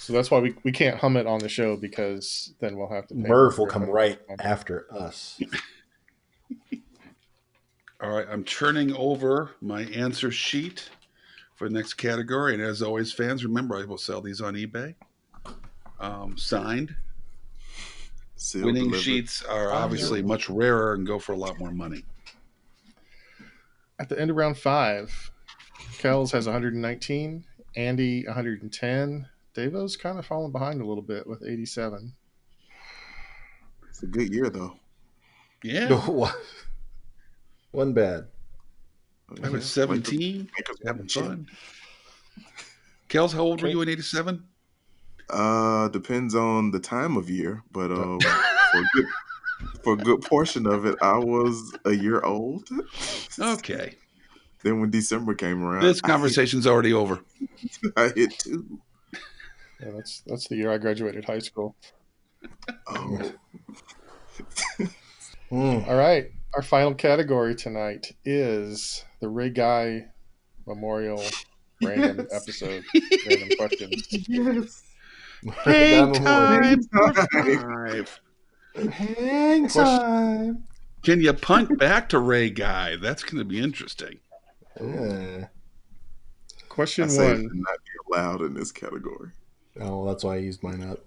So that's why we, we can't hum it on the show because then we'll have to. pay
Merv will come
for it.
right after us. <laughs>
all right. I'm turning over my answer sheet for the next category. And as always, fans, remember I will sell these on eBay. Um, signed.
Still
Winning
delivered.
sheets
Oh,
are obviously much rarer and go for a lot more money.
At the end of round five, Kells has 119, Andy 110. Davo's kind of falling behind a little bit with 87.
It's a good year though.
Yeah.
One bad.
I was
Yeah, like the
17,
Lakers
having
winning shit.
fun. Kels, how old were you in 87?
Uh, depends on the time of year,
<laughs>
but um, for a good for a good portion of it, I was a year old.
Okay.
Then when December came around,
This
I hit-
conversation's already over.
<laughs> I hit, two.
Yeah, that's that's the year I graduated high school.
Oh,
<laughs> Mm.
All right, our final category tonight is the Ray Guy
<laughs>
Memorial Random
Yes.
Episode Random
<laughs>
Questions.
yes.
Hang time. Hang
time.
Can you punt back to Ray Guy? That's going to be interesting.
Yeah.
Question
I say it
one.
should not be allowed in this category.
Oh, that's why I used mine up.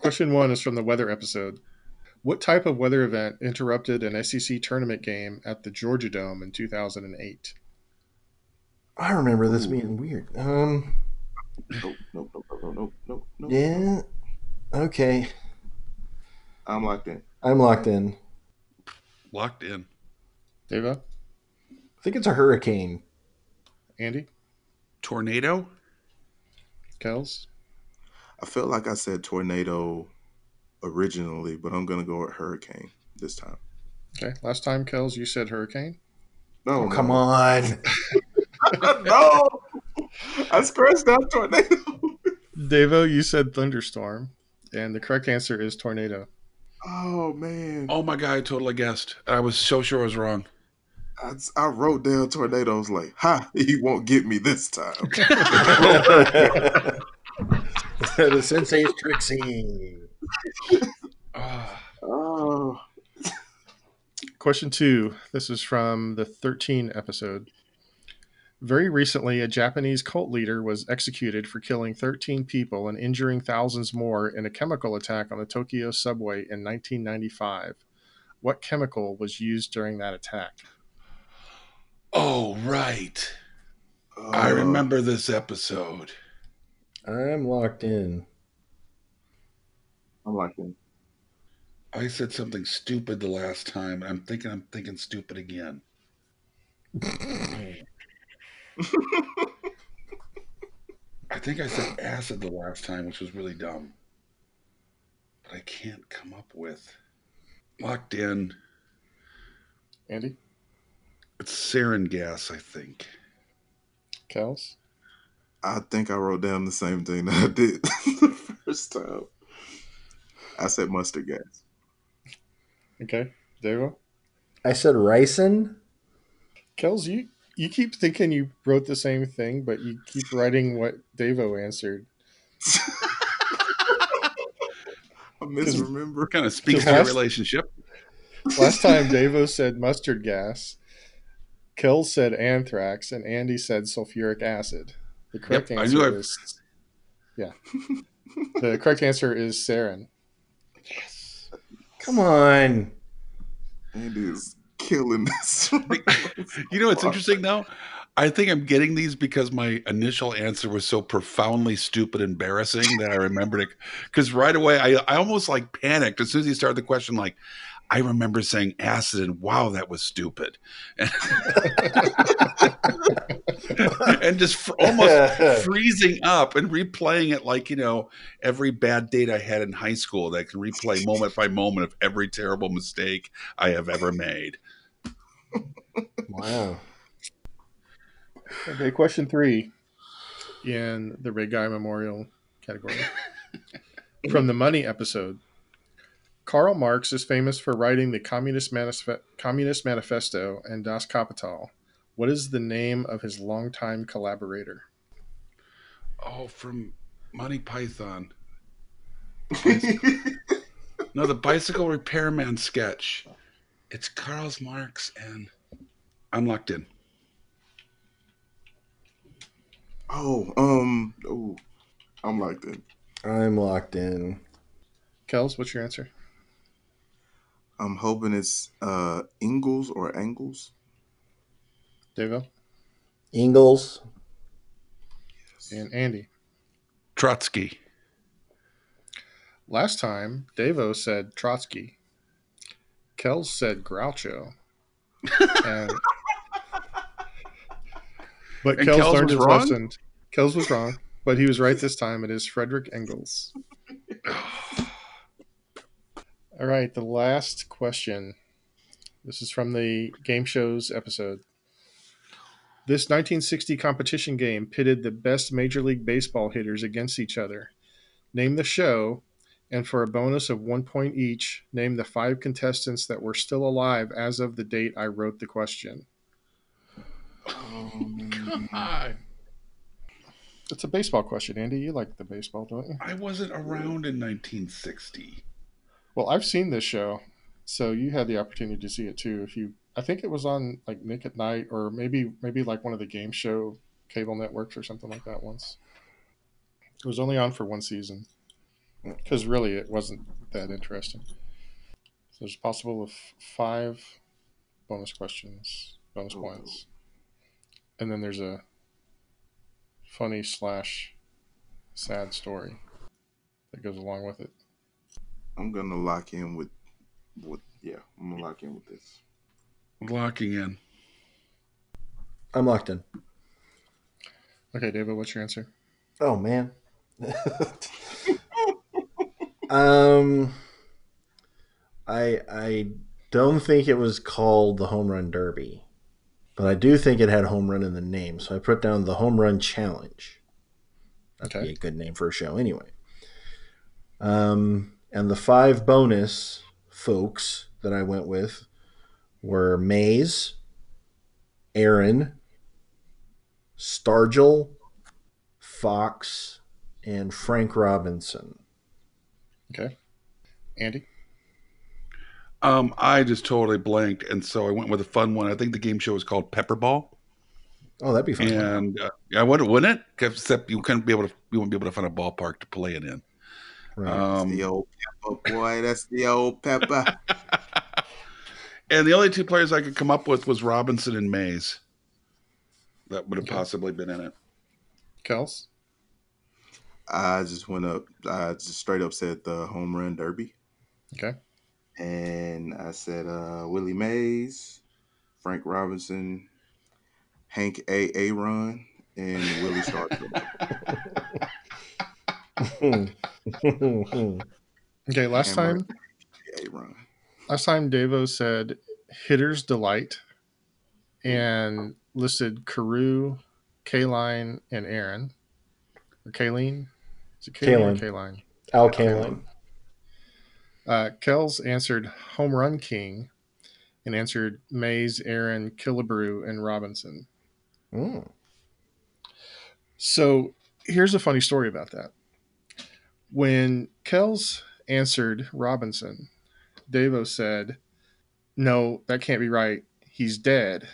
Question one is from the weather episode. What type of weather event interrupted an SEC tournament game at the Georgia Dome in 2008?
I remember this
Ooh.
being weird. Um,
Nope, nope, nope, nope, nope, nope, nope.
yeah. Okay.
I'm locked in.
I'm locked in.
Locked in.
Deva,
I think it's a hurricane.
Andy,
Tornado?
Kels,
I feel like I said tornado originally, but I'm gonna go with hurricane this time.
Okay, last time, Kels, you said hurricane.
No,
Oh, come
no.
on.
no, I scratched out tornado.
Devo, you said thunderstorm, and the correct answer is tornado.
Oh man,
Oh my God, I totally guessed. I was so sure I was wrong.
I, I wrote down tornadoes like, ha, he won't get me this time.
<laughs> the sensei's Trixie.
Ah.
oh,
Question two. This is from the 13 episode. Very recently, a Japanese cult leader was executed for killing 13 people and injuring thousands more in a chemical attack on the Tokyo subway in 1995. What chemical was used during that attack?
oh, right.
uh,
I remember this episode.
I'm locked in.
I'm locked in.
I said something stupid the last time, and I'm thinking I'm thinking stupid again. I think I said acid the last time, which was really dumb. But I can't come up with. Locked in.
Andy,
It's sarin gas, I think.
Kels,
I think I wrote down the same thing that I did <laughs> the first time. I said mustard gas.
okay, Devo,
I said ricin.
Kels, you you keep thinking you wrote the same thing, but you keep writing what Devo answered.
I misremember.
Kind of speaks to
Gas?
our relationship.
Last time, Davo said mustard gas. Kel said anthrax, and Andy said sulfuric acid. The correct
Yep, I
answer
knew I-
is yeah. the correct answer is sarin.
Yes.
Come on.
Andy is killing this. <laughs>
You know what's interesting though? I think I'm getting these because my initial answer was so profoundly stupid, embarrassing that I remembered it. Because right away, I, I almost like panicked as soon as he started the question. Like, I remember saying acid, and wow, that was stupid, <laughs> and, and just fr-
<laughs>
almost freezing up and replaying it like you know every bad date I had in high school. That I can replay moment by moment of every terrible mistake I have ever made.
wow.
Okay,
<laughs>
question three in the Big Guy Memorial category. From the Money episode. Karl Marx is famous for writing the Communist, Manif- Communist Manifesto and Das Kapital. What is the name of his longtime collaborator?
Oh, from Monty Python.
That's
No, the bicycle repairman sketch. It's Carl's Marx and I'm locked in.
Oh, um, oh, I'm locked in.
I'm locked in.
Kels, what's your answer?
I'm hoping it's uh Ingles or Angles.
Devo
Ingles.
and Andy.
Trotsky.
Last time, Devo said Trotsky. Kels said
<laughs>
Groucho. And- but
And
Kels,
Kels
learned
was
his
wrong?
lesson. Kels was wrong, but he was right this time. It is Frederick
<sighs>
Engels. All right, the last question. This is from the game shows episode. This 1960 competition game pitted the best Major League Baseball hitters against each other. Name the show, and for a bonus of one point each, name the five contestants that were still alive as of the date I wrote the question.
Um,
God.
It's a baseball question, Andy. You like the baseball, don't you?
I wasn't around in 1960.
Well, I've seen this show, so you had the opportunity to see it too. If you, I think it was on like Nick at Night, or maybe maybe like one of the game show cable networks or something like that once. It was only on for one season, because really it wasn't that interesting. There's possible of five bonus questions, bonus points, and then there's a funny slash sad story that goes along with it.
I'm gonna lock in with with yeah, I'm gonna lock in with this.
Locking in.
I'm locked in.
Okay, David, what's your answer?
Oh man. <laughs> um I I don't think it was called the home run derby. But I do think it had home run in the name, so I put down the home run challenge. That'd
Okay.
be a good name for a show anyway. Um and the five bonus folks that I went with were Maze, Aaron, Stargell, Fox, and Frank Robinson.
Okay, Andy.
Um, I just totally blanked, and so I went with a fun one. I think the game show was called Pepperball,
Oh, that'd be fun.
and uh, I wouldn't, wouldn't it? Except you couldn't be able to, you wouldn't be able to find a ballpark to play it in.
Right.
Um,
the old pepper boy, that's the
<laughs>
old pepper.
and the only two players I could come up with was Robinson and Mays. That would have
Okay.
possibly been in it.
Kels.
I just went up. I just straight up said the home run derby.
Okay.
And I said uh, Willie Mays, Frank Robinson, Hank A. Aaron,
<laughs>
and Willie Stargell.
Okay, last
Hammer.
time,
Aaron.
last time Davo said "Hitter's Delight" and listed Carew, Kaline, and Aaron. Or Kayleen. Is it Kayleen?
Kaline.
Or Kaline.
<laughs> Al Kaline.
Uh, Kels answered "Home Run King," and answered Mays, Aaron, Killebrew, and Robinson.
Mm.
So here's a funny story about that. When Kells answered Robinson, Davo said, No, that can't be right. He's dead.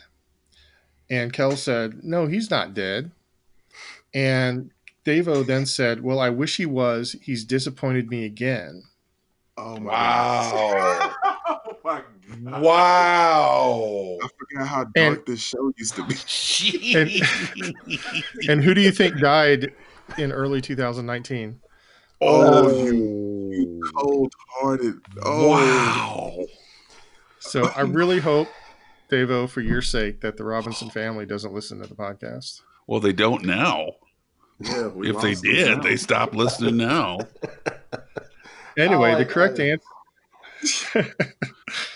And Kells said, No, he's not dead. And Davo then said, Well, I wish he was. He's disappointed me again.
Oh my
Wow.
God. <laughs> oh my God.
Wow.
I forgot how dark
And-
this show used to be.
<laughs> And who do you think died in early 2019?
Oh,
Oh.
you cold hearted. Oh,
Wow.
So I really hope, Davo, for your sake, that the Robinson family doesn't listen to the podcast.
Well, they don't now.
Yeah, we
if they
lost them
did,
now.
they stopped listening now.
Anyway,
Oh, I
the
got
correct
it.
answer.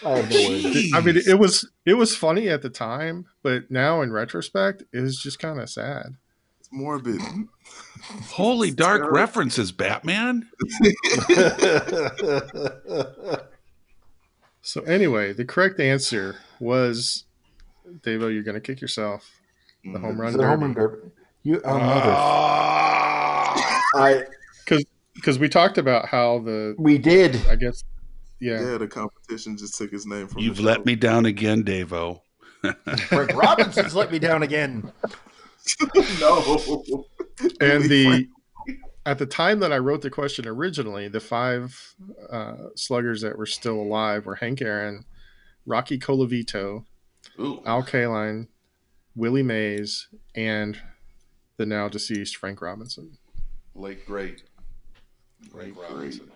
I have no words.
<laughs> I mean, it was it was funny at the time, but now in retrospect, it's just kind of sad.
It's morbid.
Holy
It's
dark
terrible.
references, Batman.
So anyway, the correct answer was, Davo, you're going to kick yourself. The
Mm,
home run
Is it home run derby? You, oh, mother.
Ah.
I,
because we talked about how the
we did.
I guess yeah,
Yeah, the competition just took his name from.
You've
the show.
let me down again, Davo.
Frank Robinson's let me down again.
<laughs> no.
and the at the time that I wrote the question originally, the five uh, sluggers that were still alive were Hank Aaron, Rocky Colavito,
Ooh.
Al Kaline, Willie Mays, and the now deceased Frank Robinson.
Late great. Great
Robinson.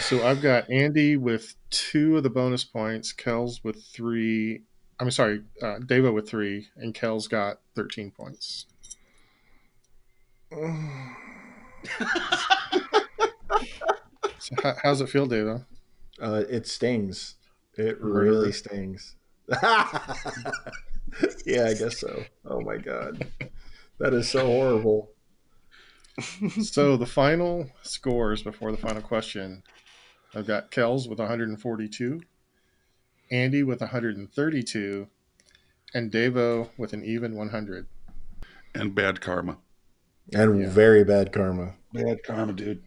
So I've got Andy with two of the bonus points, Kells with three. I'm sorry, uh, Davo with three, and Kells got 13 points.
Mm.
So how, how's it feel, Davo?
Uh, it stings. It
Murderer.
really stings. <laughs> yeah, I guess so. Oh my god, that is so horrible.
so the final scores before the final question I've got Kells with 142, Andy with 132, and Davo with an even 100.
And bad karma.
And
Yeah.
very bad karma.
Bad karma, dude.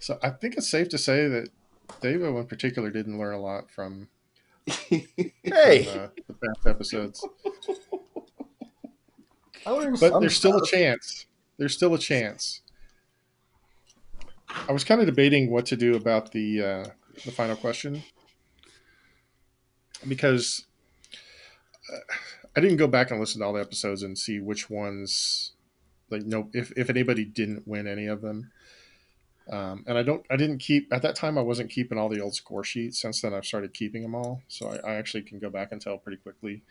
So I think it's safe to say that Davo in particular didn't learn a lot from <laughs>
Hey, <laughs>
uh, the past episodes.
I learned
But
some
there's still a
stuff.
chance. There's still a chance. I was kind of debating what to do about the uh, the final question because uh, I didn't go back and listen to all the episodes and see which ones like no if, if anybody didn't win any of them. Um, and I don't I didn't keep at that time I wasn't keeping all the old score sheets. Since then I've started keeping them all, so I, I actually can go back and tell pretty quickly.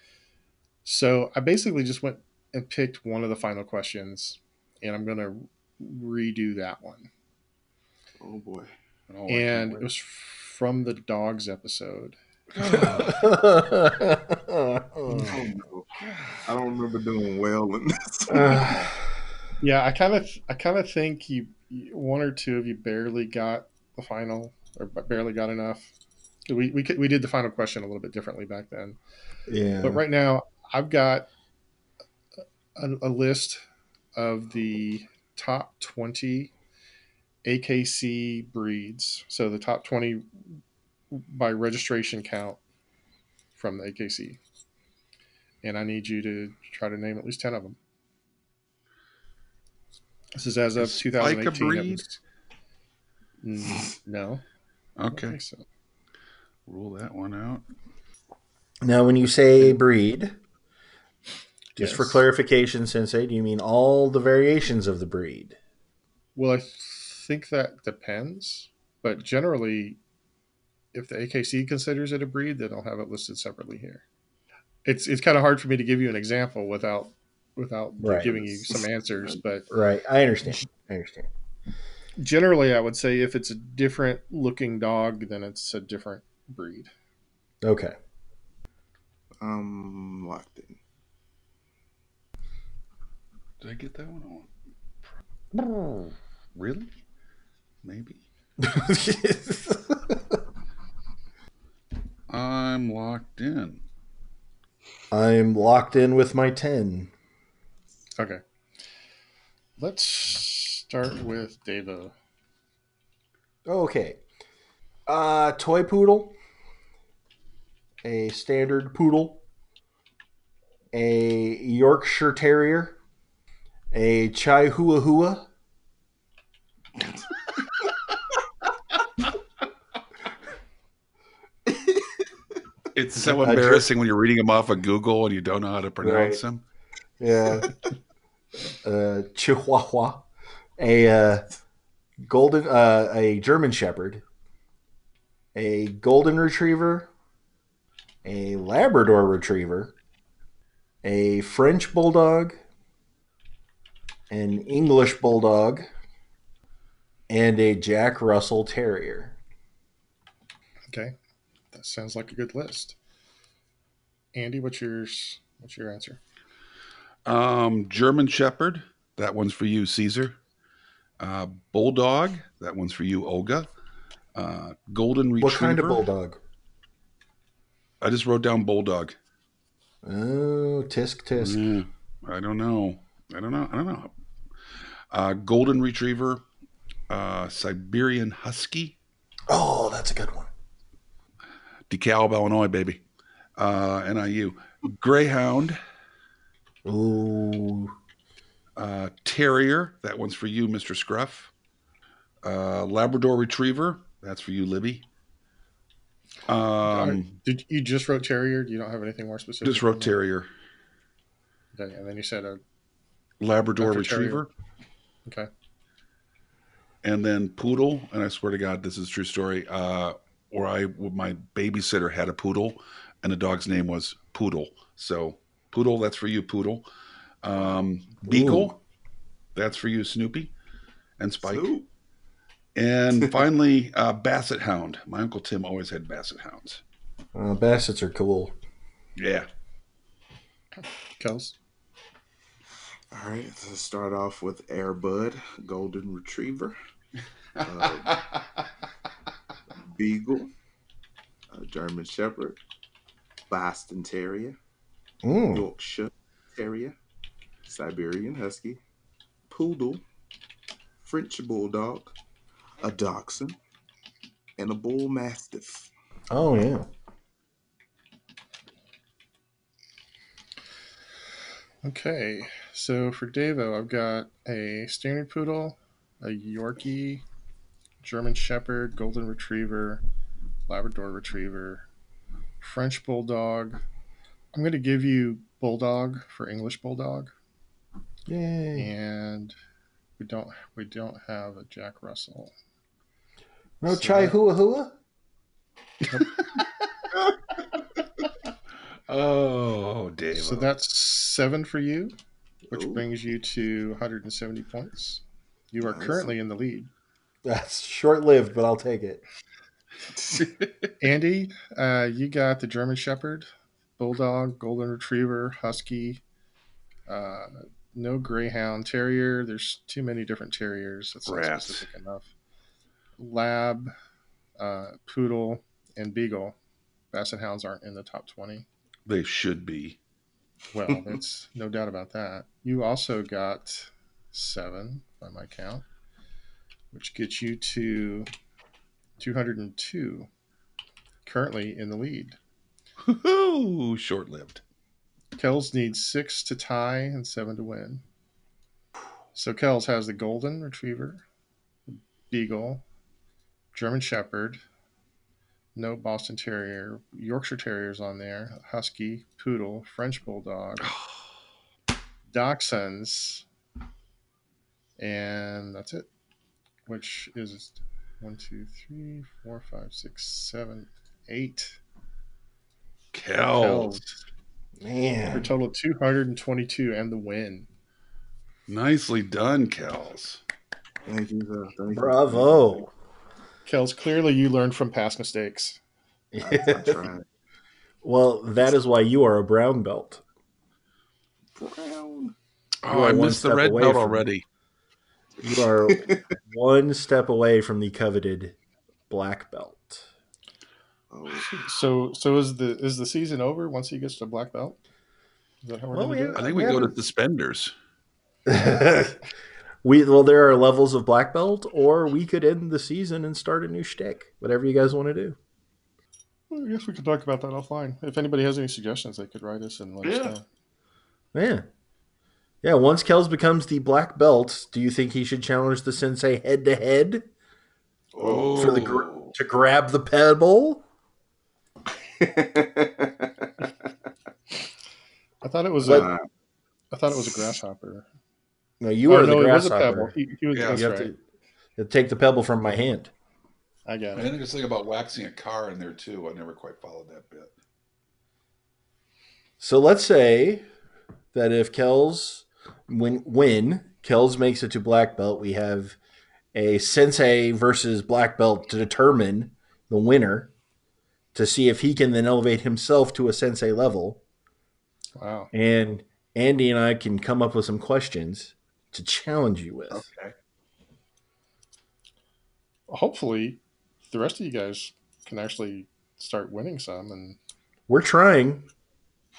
So I basically just went and picked one of the final questions, and I'm gonna redo that one.
Oh boy.
Oh, I can't
and
wait.
it was from the dogs episode.
Hmm.
Oh, no. I don't remember doing well in this.
Yeah, I kind of, I kind of think you, you- one or two of you barely got the final, or b- barely got enough. We we could, we did the final question a little bit differently back then,
yeah.
but right now I've got a, a list of the top twenty AKC breeds, so the top twenty by registration count from the AKC, and I need you to try to name at least ten of them. This is as of
Is Spike a
2018.
breed?
episodes. Mm, no. I don't
Okay,
think so.
rule that one out.
Now, when you say breed, just for
Yes.
clarification, Sensei, do you mean all the variations of the breed?
Well, I think that depends, but generally, if the AKC considers it a breed, then I'll have it listed separately here. It's it's kind of hard for me to give you an example without without
Right.
giving you some answers, but
Right. I understand. I understand.
generally, I would say if it's a different looking dog, then it's a different breed. <laughs>
Okay. <laughs>
I'm locked in.
Did I get that one on? Really? Maybe. I'm locked in.
I'm locked in with my 10.
Okay, let's start with Devo.
Okay. Uh, toy poodle, a standard poodle, a Yorkshire terrier, a Chihuahua,
It's
<laughs>
so
I just-
embarrassing when you're reading them off of Google and you don't know how to pronounce
Right.
them.
yeah, <laughs> uh, Chihuahua, a uh, golden, uh, a German Shepherd, a golden retriever, a Labrador retriever, a French bulldog, an English bulldog, and a Jack Russell Terrier.
Okay, that sounds like a good list. Andy, what's yours? What's your answer?
Um, German Shepherd. That one's for you, Caesar. Uh, Bulldog. That one's for you, Olga. Uh, Golden Retriever.
What kind of bulldog?
I just wrote down Bulldog.
Oh, tisk tisk.
Yeah, I don't know. I don't know. I don't know. Uh, Golden Retriever. Uh, Siberian Husky.
Oh, that's a good one.
DeKalb, Illinois, baby. Uh, NIU. Greyhound.
Ooh,
Uh, Terrier, that one's for you, Mr. Scruff. Uh, Labrador Retriever, that's for you, Libby. Um,
Did you just wrote Terrier? You don't have anything more specific?
just wrote Terrier.
Okay, and then you said uh, a
Labrador
Dr. Terrier.
Retriever.
okay.
and then poodle and i swear to god this is a true story uh where i my babysitter had a poodle and the dog's name was poodle so poodle that's for you poodle um beagle that's for you snoopy and spike
Snoop.
<laughs> and finally uh basset hound my uncle tim always had basset hounds
uh, Bassets are cool.
yeah
Kels.
All right, let's start off with Airbud, Golden Retriever,
<laughs>
uh, Beagle, uh, German Shepherd, Boston Terrier,
Hmm.
Mm.
Yorkshire Terrier, Siberian Husky, Poodle, French Bulldog, a Dachshund, and a Bull Mastiff.
Oh yeah.
Okay, so for Devo, I've got a standard poodle, a Yorkie, German Shepherd, Golden Retriever, Labrador Retriever, French bulldog. I'm going to give you bulldog for English bulldog,
Yay.
and we don't we don't have a Jack Russell.
No
So-
chai hua hua?
Oh, Dave.
So that's seven for you, which
Ooh.
brings you to 170 points. You are
Nice.
currently in the lead.
That's short lived, but I'll take it.
Andy, uh, you got the German Shepherd, Bulldog, Golden Retriever, Husky. Uh, no Greyhound Terrier. There's too many different terriers. That's not
Rat.
specific enough. Lab, uh, Poodle, and Beagle. Basset Hounds aren't in the top 20.
they should be.
Well, that's no doubt about that. You also got seven by my count, which gets you to 202, currently in the lead.
Woohoo! Short <sighs> lived.
Kells needs six to tie and seven to win. So Kells has the Golden Retriever, Beagle, German Shepherd, no Boston Terrier, Yorkshire Terriers on there, Husky, Poodle, French Bulldog. dachshunds, and that's it. Which is one, two, three, four, five, six, seven, eight
Oh.
Kel.
cows. for a
Man.
total of two hundred and twenty-two, and the win.
Nicely done, Kels.
Thank you, sir. Thank you.
Bravo.
Kels, clearly you learned from past mistakes.
I, I tried.
well, that is why you are a brown belt.
Brown.
You
Oh,
are
I
one
missed the
step
red
away
belt
from-
already.
You are one step away from the coveted black
<laughs>
belt.
Oh,
So, so is the is the season over once he gets to black belt? Is that how we're
Well,
going to
we
do it?
I think we
Yeah,
go to
but-
suspenders.
we well, there are levels of black belt, or we could end the season and start a new shtick. Whatever you guys want to do.
Well, I guess we could talk about that offline. If anybody has any suggestions, they could write us and let
Yeah.
us know.
Yeah. Yeah, once Kells becomes the black belt, do you think he should challenge the sensei head to head
Oh.
for the
<laughs>
gr- to grab the pebble?
I thought it was
What-
a I thought it was a grasshopper.
No, you
Oh,
are
no,
the
he was a pebble.
grasshopper.
He, he was
Yeah.
that's
You have
right.
to, you take the pebble from my hand.
I
I
got it.
think there's something about waxing a car in there too. I never quite followed that bit.
So let's say that if Kells when when Kells makes it to black belt, we have a sensei versus black belt to determine the winner to see if he can then elevate himself to a sensei level
Wow.
and Andy and I can come up with some questions to challenge you with.
Okay.
Hopefully, the rest of you guys can actually start winning some. And
We're trying.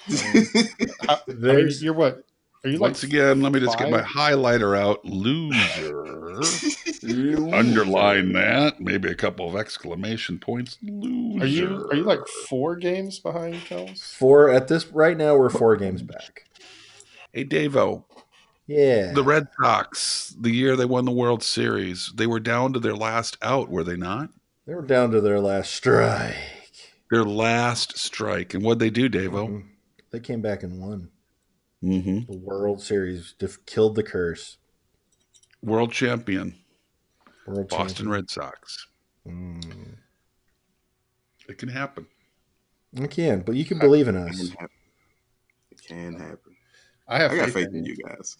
I mean,
There's
you're what? Are you
Once
like?
again, let me just get my
five?
highlighter out. Loser. Underline that. Maybe a couple of exclamation points. Loser.
Are you are you like four games behind Kells?
four at this right now we're four games back.
Hey, Davo,
Yeah.
the Red Sox, the year they won the World Series, they were down to their last out, were they not?
they were down to their last strike.
Their last strike. And what'd they do, Davo?
Mhm. They came back and won.
Mm-hmm.
The World Series def- killed the curse.
World champion,
World Mm.
Boston Red Sox.
champion.
It can happen.
Mm. I can, but you can believe in
It can
us.
happen. It can happen.
I have
I got faith
in
in
you.
you guys.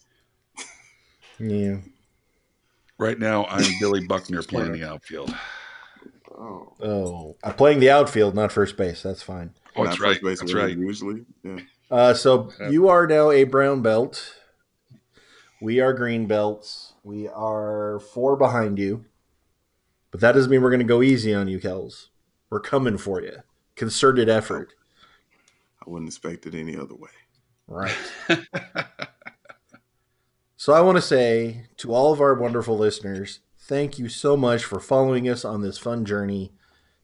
Yeah.
Right now, <laughs> I'm Billy Buckner playing the outfield.
Oh,
Oh, I'm playing the outfield, not first base. That's fine.
Oh,
Not
that's right.
first base
That's
winner
right.
Usually, yeah.
Uh, so
Yeah.
you are now a brown belt. We are green belts. We are four behind you. But that doesn't mean we're going to go easy on you, Kells. We're coming for you. Concerted effort.
I wouldn't expect it any other way.
Right. So I want to say to all of our wonderful listeners, thank you so much for following us on this fun journey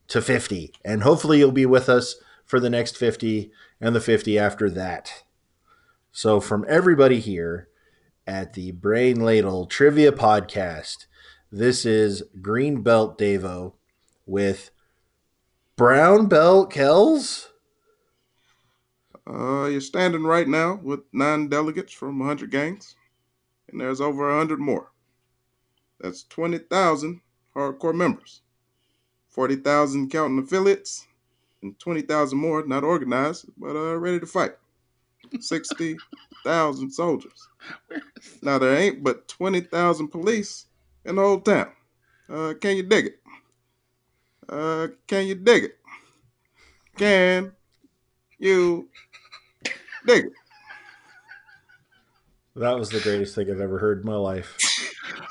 to 50. And hopefully you'll be with us for the next 50 and the 50 after that. So from everybody here at the Brain Ladle Trivia Podcast, this is Green Belt Davo with Brown Belt Kells
Uh, you're standing right now with nine delegates from 100 gangs, and there's over 100 more. That's 20,000 hardcore members, 40,000 counting affiliates, and 20,000 more not organized but uh, ready to fight. 60,000 soldiers. Now, there ain't but 20,000 police in the whole town. Uh, can you dig it? Uh, can you dig it? Can you dig it?
That was the greatest thing I've ever heard in my life.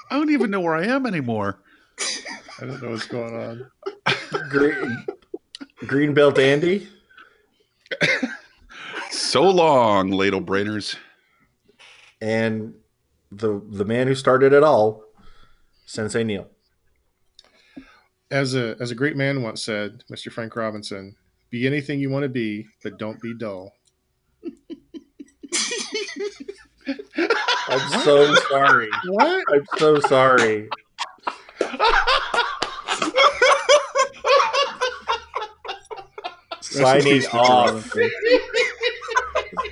I don't even know where I am anymore.
I don't know what's going on.
Green, Greenbelt Andy.
So long, ladle brainers.
and the the man who started it all, Sensei Neil.
As a as a great man once said, Mr. Frank Robinson, be anything you want to be, but don't be dull.
I'm so sorry.
What?
I'm so sorry. Signing off.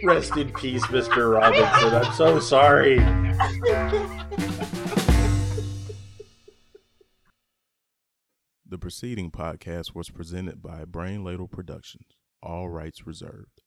Rest in peace, Mr. Robinson. I'm so sorry.
The preceding podcast was presented by Brain Ladle Productions, all rights reserved.